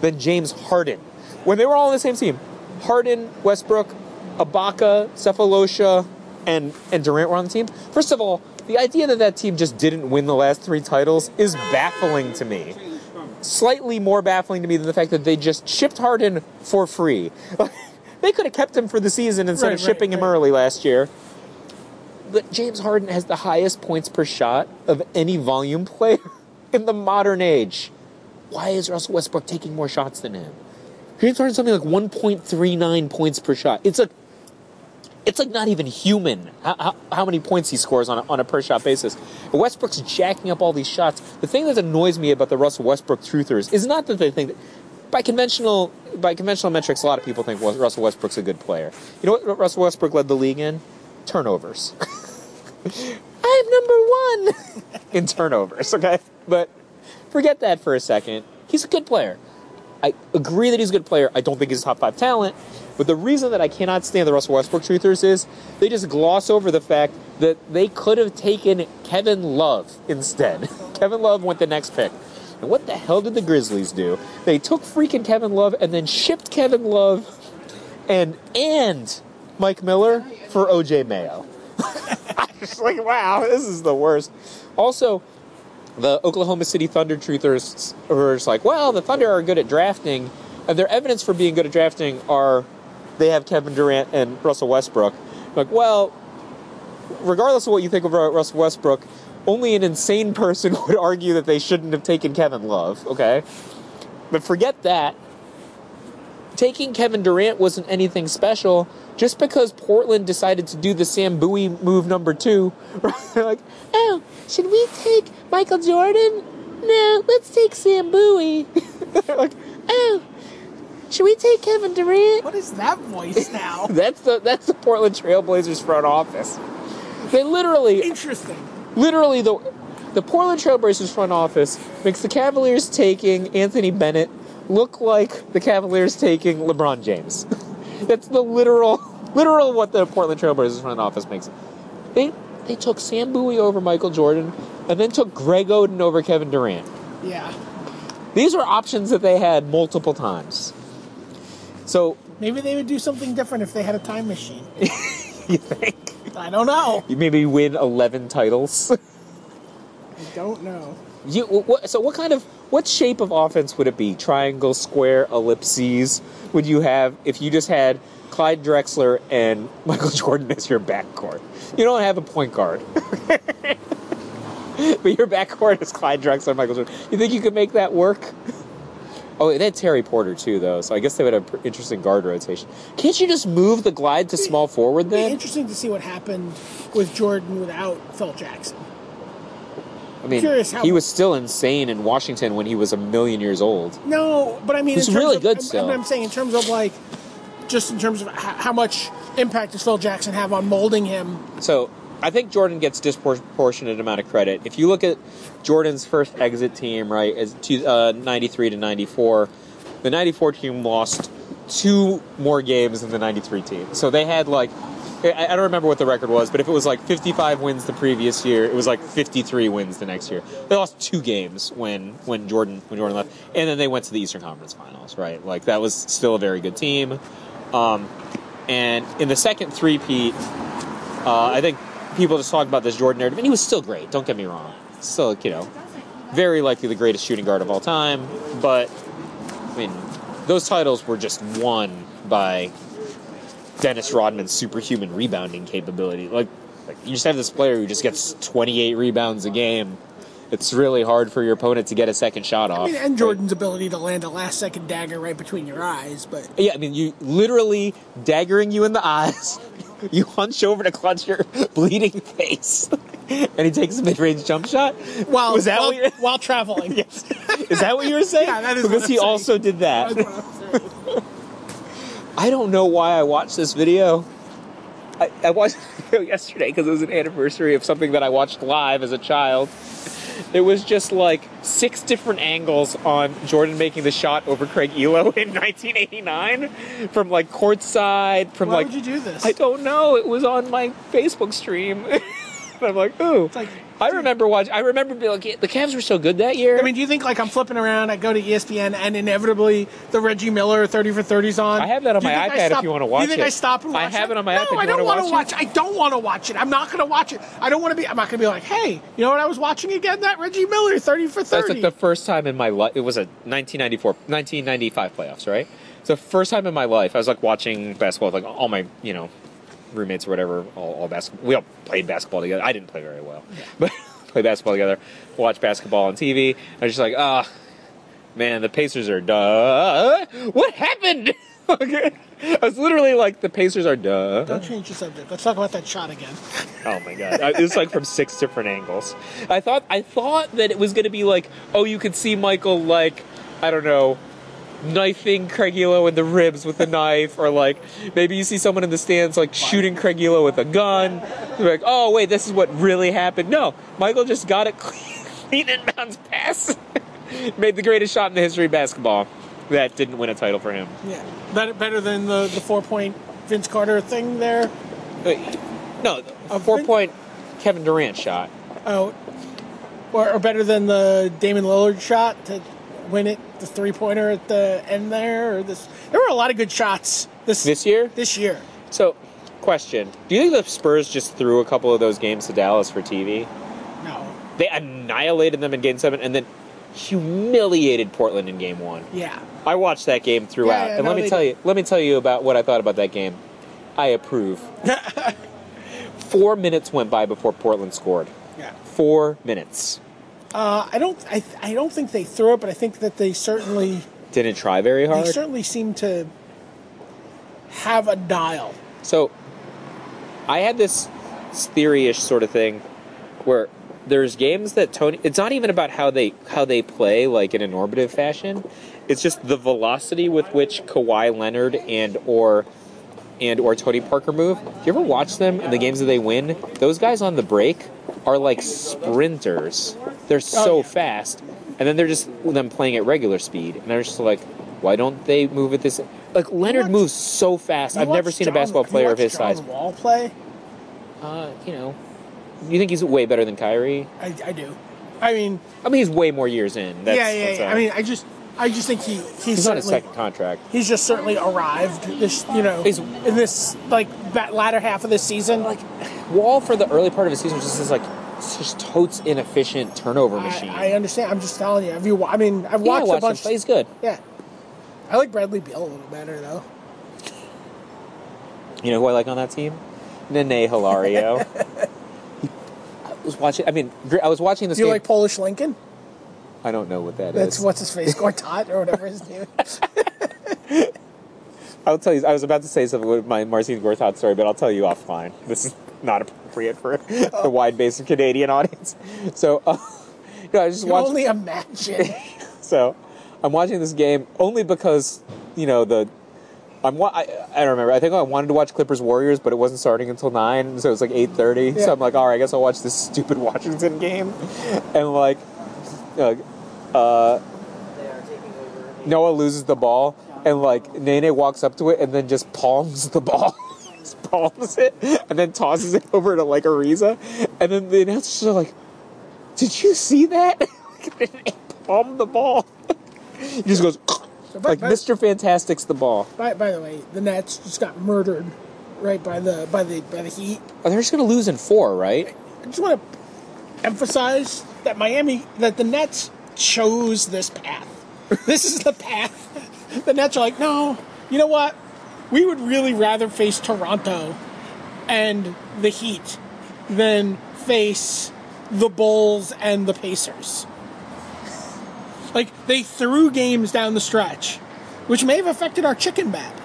[SPEAKER 2] than James Harden. When they were all on the same team, Harden, Westbrook, Ibaka, Cephalosha, and, and Durant were on the team. First of all, the idea that that team just didn't win the last three titles is baffling to me slightly more baffling to me than the fact that they just shipped Harden for free. they could have kept him for the season instead of
[SPEAKER 3] Right, right,
[SPEAKER 2] shipping him
[SPEAKER 3] right.
[SPEAKER 2] early last year. But James Harden has the highest points per shot of any volume player in the modern age. Why is Russell Westbrook taking more shots than him? James Harden's something like 1.39 points per shot. It's like it's like not even human how, how, how many points he scores on a, on a per shot basis. Westbrook's jacking up all these shots. The thing that annoys me about the Russell Westbrook truthers is not that they think that by conventional by conventional metrics, a lot of people think well, Russell Westbrook's a good player. You know what Russell Westbrook led the league in? Turnovers. I'm number one in turnovers. Okay, but forget that for a second. He's a good player. I agree that he's a good player. I don't think he's top five talent. But the reason that I cannot stand the Russell Westbrook truthers is they just gloss over the fact that they could have taken Kevin Love instead. Kevin Love went the next pick. And what the hell did the Grizzlies do? They took freaking Kevin Love and then shipped Kevin Love and and Mike Miller for OJ Mayo. It's like, wow, this is the worst. Also, the Oklahoma City Thunder truthers are just like, well, the Thunder are good at drafting, and their evidence for being good at drafting are they have Kevin Durant and Russell Westbrook. Like, well, regardless of what you think of Ru- Russell Westbrook, only an insane person would argue that they shouldn't have taken Kevin Love, okay? But forget that. Taking Kevin Durant wasn't anything special. Just because Portland decided to do the Sam Bowie move number two, they're like, oh, should we take Michael Jordan? No, let's take Sam Bowie. They're like, oh, should we take Kevin Durant?
[SPEAKER 3] What is that voice now?
[SPEAKER 2] That's the that's the Portland Trailblazers front office. They literally
[SPEAKER 3] Interesting.
[SPEAKER 2] literally the the Portland Trailblazers front office makes the Cavaliers taking Anthony Bennett look like the Cavaliers taking LeBron James. That's the literal literal what the Portland Trailblazers front office makes. They they took Sam Bowie over Michael Jordan and then took Greg Oden over Kevin Durant.
[SPEAKER 3] Yeah.
[SPEAKER 2] These are options that they had multiple times. So
[SPEAKER 3] Maybe they would do something different if they had a time machine.
[SPEAKER 2] you think
[SPEAKER 3] I don't know.
[SPEAKER 2] you maybe win eleven titles?
[SPEAKER 3] I don't know.
[SPEAKER 2] You what, so what kind of what shape of offense would it be? Triangle, square, ellipses? Would you have if you just had Clyde Drexler and Michael Jordan as your backcourt? You don't have a point guard, but your backcourt is Clyde Drexler, and Michael Jordan. You think you could make that work? Oh, they had Terry Porter too, though. So I guess they would have pr- interesting guard rotation. Can't you just move the glide to small forward
[SPEAKER 3] It'd be
[SPEAKER 2] then?
[SPEAKER 3] interesting to see what happened with Jordan without Phil Jackson.
[SPEAKER 2] I mean,
[SPEAKER 3] curious how-
[SPEAKER 2] he was still insane in Washington when he was a million years old.
[SPEAKER 3] No, but I mean,
[SPEAKER 2] He's
[SPEAKER 3] in terms
[SPEAKER 2] really
[SPEAKER 3] of,
[SPEAKER 2] good
[SPEAKER 3] I'm,
[SPEAKER 2] still.
[SPEAKER 3] I'm saying in terms of like, just in terms of h- how much impact does Phil Jackson have on molding him?
[SPEAKER 2] So I think Jordan gets disproportionate amount of credit. If you look at Jordan's first exit team, right, as two, uh, 93 to 94, the 94 team lost two more games than the 93 team. So they had like, I I don't remember what the record was, but if it was like 55 wins the previous year, it was like 53 wins the next year. They lost two games when when Jordan when Jordan left, and then they went to the Eastern Conference Finals, right? Like that was still a very good team. Um, and in the second three-peat, uh, I think people just talk about this Jordan narrative, and he was still great. Don't get me wrong. Still, you know, very likely the greatest shooting guard of all time. But I mean, those titles were just won by Dennis Rodman's superhuman rebounding capability. Like, like you just have this player who just gets 28 rebounds a game
[SPEAKER 6] it's really hard for your opponent to get a second shot off.
[SPEAKER 3] I mean, and Jordan's ability to land a last second dagger right between your eyes, but
[SPEAKER 2] Yeah, I mean, you literally daggering you in the eyes. You hunch over to clutch your bleeding face, and he takes a mid-range jump shot.
[SPEAKER 3] while
[SPEAKER 2] was that
[SPEAKER 3] while,
[SPEAKER 2] what you-
[SPEAKER 3] while traveling.
[SPEAKER 2] is that what you were saying?
[SPEAKER 3] Yeah, that is
[SPEAKER 2] because
[SPEAKER 3] what I'm
[SPEAKER 2] he
[SPEAKER 3] saying.
[SPEAKER 2] also did that.
[SPEAKER 3] That's
[SPEAKER 2] I don't know why I watched this video. I, I watched the video yesterday because it was an anniversary of something that I watched live as a child. It was just like six different angles on Jordan making the shot over Craig Elo in 1989 from like courtside, from
[SPEAKER 3] Why
[SPEAKER 2] like
[SPEAKER 3] would you do this?
[SPEAKER 2] I don't know. It was on my Facebook stream. And I'm like, ooh.
[SPEAKER 3] like-
[SPEAKER 2] I remember watching. I remember being like, the Cavs were so good that year.
[SPEAKER 3] I mean, do you think like I'm flipping around? I go to E ESPN, and inevitably the Reggie Miller 30 for 30s on.
[SPEAKER 2] I have that on
[SPEAKER 3] Do you
[SPEAKER 2] my
[SPEAKER 3] think I
[SPEAKER 2] iPad if
[SPEAKER 3] stop-
[SPEAKER 2] you wanna watch
[SPEAKER 3] Do you think
[SPEAKER 2] it.
[SPEAKER 3] I stop and
[SPEAKER 2] I
[SPEAKER 3] watch
[SPEAKER 2] have it on my
[SPEAKER 3] no,
[SPEAKER 2] iPad. You
[SPEAKER 3] I don't
[SPEAKER 2] wanna
[SPEAKER 3] to
[SPEAKER 2] watch
[SPEAKER 3] watch. I don't want to watch it. I'm not going to watch it. I don't want to be. I'm not going to be like, hey, you know what I was watching again? That Reggie Miller 30 for 30.
[SPEAKER 2] That's like the first time in my life. It was a 1994, 1995 playoffs, right? It's the first time in my life I was like watching basketball with like all my, you know, roommates or whatever. All, all basketball. We all played basketball together. I didn't play very well, but played basketball together. Watch basketball on TV. I was just like, ah, man, the Pacers are duh. What happened? okay. I was literally like, the Pacers are duh.
[SPEAKER 3] Don't change the subject. Let's talk about that shot again.
[SPEAKER 2] Oh my god! I- It was like from six different angles. I thought I thought that it was gonna be like, oh, you could see Michael like, I don't know, knifing Craigilo in the ribs with a knife, or like maybe you see someone in the stands like shooting Craigilo with a gun. You're like, oh wait, this is what really happened. No, Michael just got it clean, clean inbounds pass, made the greatest shot in the history of basketball. That didn't win a title for him.
[SPEAKER 3] Yeah, better better than the the four point Vince Carter thing there.
[SPEAKER 2] Wait, no, a four point Kevin Durant shot.
[SPEAKER 3] Oh, or, or better than the Damon Lillard shot to win it, the three pointer at the end there. Or this, there were a lot of good shots this
[SPEAKER 2] This year?
[SPEAKER 3] This year,
[SPEAKER 2] So, question: Do you think the Spurs just threw a couple of those games to Dallas for TV?
[SPEAKER 3] no,
[SPEAKER 2] They annihilated them in Game Seven, and then humiliated Portland in Game One.
[SPEAKER 3] yeah,
[SPEAKER 2] I watched that game throughout,
[SPEAKER 3] yeah,
[SPEAKER 2] and
[SPEAKER 3] no,
[SPEAKER 2] let me
[SPEAKER 3] they
[SPEAKER 2] tell
[SPEAKER 3] did.
[SPEAKER 2] you, let me tell you about what I thought about that game. I approve. Four minutes went by before Portland scored.
[SPEAKER 3] yeah.
[SPEAKER 2] Four minutes.
[SPEAKER 3] Uh, I don't, I, I don't think they threw it, but I think that they certainly,
[SPEAKER 2] Didn't try very
[SPEAKER 3] they
[SPEAKER 2] hard.
[SPEAKER 3] certainly seem to have a dial.
[SPEAKER 2] So, I had this theory-ish sort of thing where there's games that Tony. It's not even about how they how they play like in a normative fashion. It's just the velocity with which Kawhi Leonard and or and or Tony Parker move. Do you ever watch them in the games that they win? Those guys on the break are like sprinters. They're so
[SPEAKER 3] Oh, yeah.
[SPEAKER 2] fast, and then they're just them playing at regular speed, and they're just like, why don't they move at this? Like Leonard
[SPEAKER 3] watch-
[SPEAKER 2] moves so fast. I've
[SPEAKER 3] You
[SPEAKER 2] never
[SPEAKER 3] watch
[SPEAKER 2] seen a
[SPEAKER 3] John-
[SPEAKER 2] basketball
[SPEAKER 3] you
[SPEAKER 2] player of
[SPEAKER 3] watch
[SPEAKER 2] his
[SPEAKER 3] John
[SPEAKER 2] size.
[SPEAKER 3] Wall play,
[SPEAKER 2] Uh, you know, you think he's way better than Kyrie?
[SPEAKER 3] I, I do. I mean,
[SPEAKER 2] I mean, he's way more years in. That's,
[SPEAKER 3] yeah, yeah.
[SPEAKER 2] that's,
[SPEAKER 3] yeah.
[SPEAKER 2] uh,
[SPEAKER 3] I mean, I just, I just think he, he's,
[SPEAKER 2] he's on his
[SPEAKER 3] certainly-
[SPEAKER 2] second contract.
[SPEAKER 3] he's just certainly arrived this you know
[SPEAKER 2] He's-
[SPEAKER 3] in this like that latter half of the season like
[SPEAKER 2] Wall for the early part of his season was just this like just totes inefficient turnover
[SPEAKER 3] I,
[SPEAKER 2] machine.
[SPEAKER 3] I understand i'm just telling you have you wa- i mean i've
[SPEAKER 2] yeah, I
[SPEAKER 3] watched
[SPEAKER 2] watched
[SPEAKER 3] a bunch
[SPEAKER 2] him play. He's good.
[SPEAKER 3] yeah i like bradley beal a little better though
[SPEAKER 2] You know who I like on that team? Nene Hilario. I was watching. I mean, gr- I was watching this
[SPEAKER 3] do you
[SPEAKER 2] game.
[SPEAKER 3] like polish lincoln
[SPEAKER 2] I don't know what that
[SPEAKER 3] that's
[SPEAKER 2] is.
[SPEAKER 3] what's his face gortat or whatever his name is.
[SPEAKER 2] I'll tell you. I was about to say something with my Marcin Gortat story, but I'll tell you offline. This is not appropriate for
[SPEAKER 3] Oh.
[SPEAKER 2] the wide base of Canadian audience. So, uh, no, I was just
[SPEAKER 3] You
[SPEAKER 2] watching.
[SPEAKER 3] only imagine
[SPEAKER 2] So I'm watching this game only because you know the I'm wa- I, I don't remember. I think I wanted to watch Clippers Warriors, but it wasn't starting until nine, so it was like eight thirty.
[SPEAKER 3] Yeah.
[SPEAKER 2] So I'm like, all right, I guess I'll watch this stupid Washington game, and like, uh, uh, Noah loses the ball, and like Nene walks up to it and then just palms the ball. Just palms it and then tosses it over to like Ariza, and then the announcers are like, "Did you see that?" Nene palmed the ball. he just goes
[SPEAKER 3] but-
[SPEAKER 2] like
[SPEAKER 3] but-
[SPEAKER 2] Mr. Fantastic's the ball.
[SPEAKER 3] by, by the way the nets just got murdered right by the by the by the heat
[SPEAKER 2] Oh, they're just going to lose in four, right?
[SPEAKER 3] I just want to emphasize that Miami, that the Nets chose this path. this is the path. The Nets are like, no, you know what? We would really rather face Toronto and the Heat than face the Bulls and the Pacers. Like they threw games down the stretch, which may have affected our chicken map.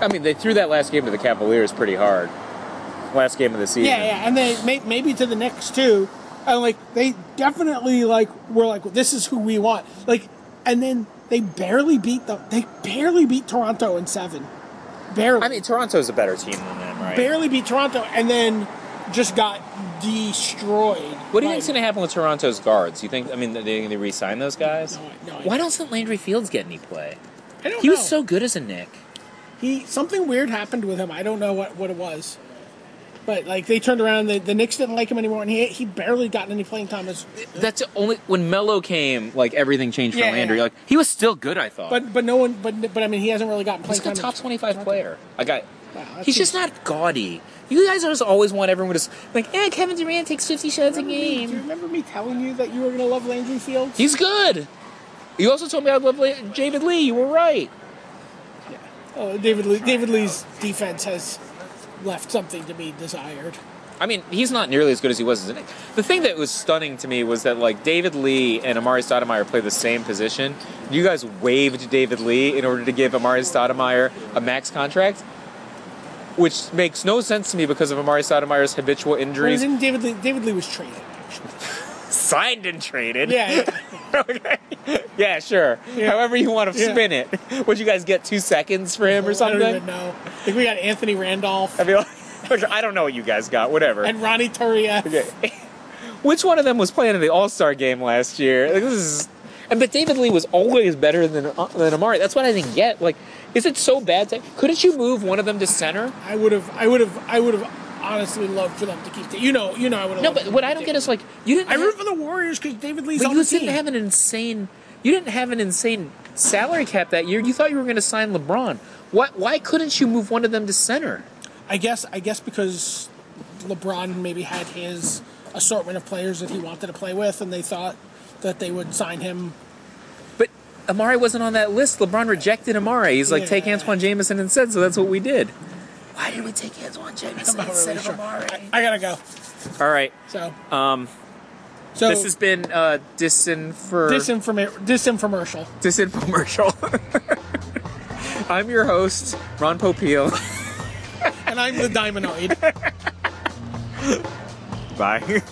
[SPEAKER 2] I mean, they threw that last game to the Cavaliers pretty hard. Last game of the season.
[SPEAKER 3] Yeah, yeah, and they may, maybe to the Knicks too. And like they definitely like were like this is who we want. Like, and then they barely beat them. They barely beat Toronto in seven. Barely,
[SPEAKER 7] I mean, Toronto's a better team than them, right?
[SPEAKER 3] barely beat Toronto, and then just got destroyed.
[SPEAKER 2] What do you
[SPEAKER 3] by-
[SPEAKER 2] think's going to happen with Toronto's guards? You think? I mean, are they going to re-sign those guys?
[SPEAKER 3] No, I- no, I-
[SPEAKER 2] Why doesn't Landry Fields get any play?
[SPEAKER 3] I don't
[SPEAKER 2] He
[SPEAKER 3] know.
[SPEAKER 2] was so good as a Nick.
[SPEAKER 3] he something weird happened with him. I don't know what, what it was, but like they turned around. The, the Knicks didn't like him anymore, and he he barely got any playing time. As,
[SPEAKER 2] That's the only when Melo came, like everything changed for
[SPEAKER 3] Yeah,
[SPEAKER 2] Landry.
[SPEAKER 3] yeah.
[SPEAKER 2] Like he was still good, I thought.
[SPEAKER 3] but but no one. But but I mean, he hasn't really gotten
[SPEAKER 2] he's
[SPEAKER 3] playing
[SPEAKER 2] like a
[SPEAKER 3] time.
[SPEAKER 2] top twenty-five player. I got.
[SPEAKER 3] Wow, that
[SPEAKER 2] he's just
[SPEAKER 3] seems-
[SPEAKER 2] not gaudy. You guys just always want everyone to s- like, eh, Kevin Durant takes fifty shots a
[SPEAKER 3] Remember me- do you
[SPEAKER 2] game.
[SPEAKER 3] remember me telling you that you were gonna love Landry Fields?
[SPEAKER 2] He's good. You also told me I love La- David Lee. You were right.
[SPEAKER 3] oh, David Lee, David Lee's defense has left something to be desired.
[SPEAKER 2] I mean, he's not nearly as good as he was as a Nick. The thing that was stunning to me was that like David Lee and Amari Stoudemire play the same position. You guys waived David Lee in order to give Amari Stoudemire a max contract, which makes no sense to me because of Amari Stoudemire's habitual
[SPEAKER 3] Well,
[SPEAKER 2] injuries.
[SPEAKER 3] didn't David Lee, David Lee was traded. actually.
[SPEAKER 2] Signed and traded.
[SPEAKER 3] Yeah, yeah.
[SPEAKER 2] okay. Yeah, sure.
[SPEAKER 3] Yeah.
[SPEAKER 2] However you want to
[SPEAKER 3] Yeah.
[SPEAKER 2] spin it. Would you guys get two seconds for him or
[SPEAKER 3] I don't even
[SPEAKER 2] something?
[SPEAKER 3] know. I think we got Anthony Randolph
[SPEAKER 2] I mean, I don't know what you guys got. Whatever.
[SPEAKER 3] and Ronnie Turia.
[SPEAKER 2] Okay. Which one of them was playing in the All Star game last year? Like, this is. And but David Lee was always better than uh, than Amari. That's what I didn't get. Like, is it so bad? To, couldn't you move one of them to center?
[SPEAKER 3] I would have, I would have, I would have honestly loved for them to keep. You know, you know, I would have.
[SPEAKER 2] No,
[SPEAKER 3] loved
[SPEAKER 2] but
[SPEAKER 3] them
[SPEAKER 2] what
[SPEAKER 3] to
[SPEAKER 2] I don't
[SPEAKER 3] keep
[SPEAKER 2] get is like you didn't.
[SPEAKER 3] I
[SPEAKER 2] have,
[SPEAKER 3] root for the Warriors because David Lee's
[SPEAKER 2] but
[SPEAKER 3] on
[SPEAKER 2] you
[SPEAKER 3] the
[SPEAKER 2] didn't
[SPEAKER 3] team.
[SPEAKER 2] have an insane. You didn't have an insane salary cap that year. You thought you were going to sign LeBron. Why? Why couldn't you move one of them to center?
[SPEAKER 3] I guess, I guess because LeBron maybe had his assortment of players that he wanted to play with, and they thought that they would sign him.
[SPEAKER 2] But Amari wasn't on that list. LeBron rejected Amari. He's like, take
[SPEAKER 3] Yeah.
[SPEAKER 2] Antoine Jameson instead. So that's what we did. Why did we take Antoine
[SPEAKER 3] I'm
[SPEAKER 2] Jameson
[SPEAKER 3] not
[SPEAKER 2] instead
[SPEAKER 3] really
[SPEAKER 2] of
[SPEAKER 3] sure.
[SPEAKER 2] Amari?
[SPEAKER 3] I, I gotta go.
[SPEAKER 2] All right.
[SPEAKER 3] So,
[SPEAKER 2] Um,
[SPEAKER 3] so
[SPEAKER 2] this has been uh, disinfer
[SPEAKER 3] disinforma- disinfomercial.
[SPEAKER 2] disinfomercial. I'm your host, Ron Popeil.
[SPEAKER 3] and I'm the Diamondoid.
[SPEAKER 7] Bye.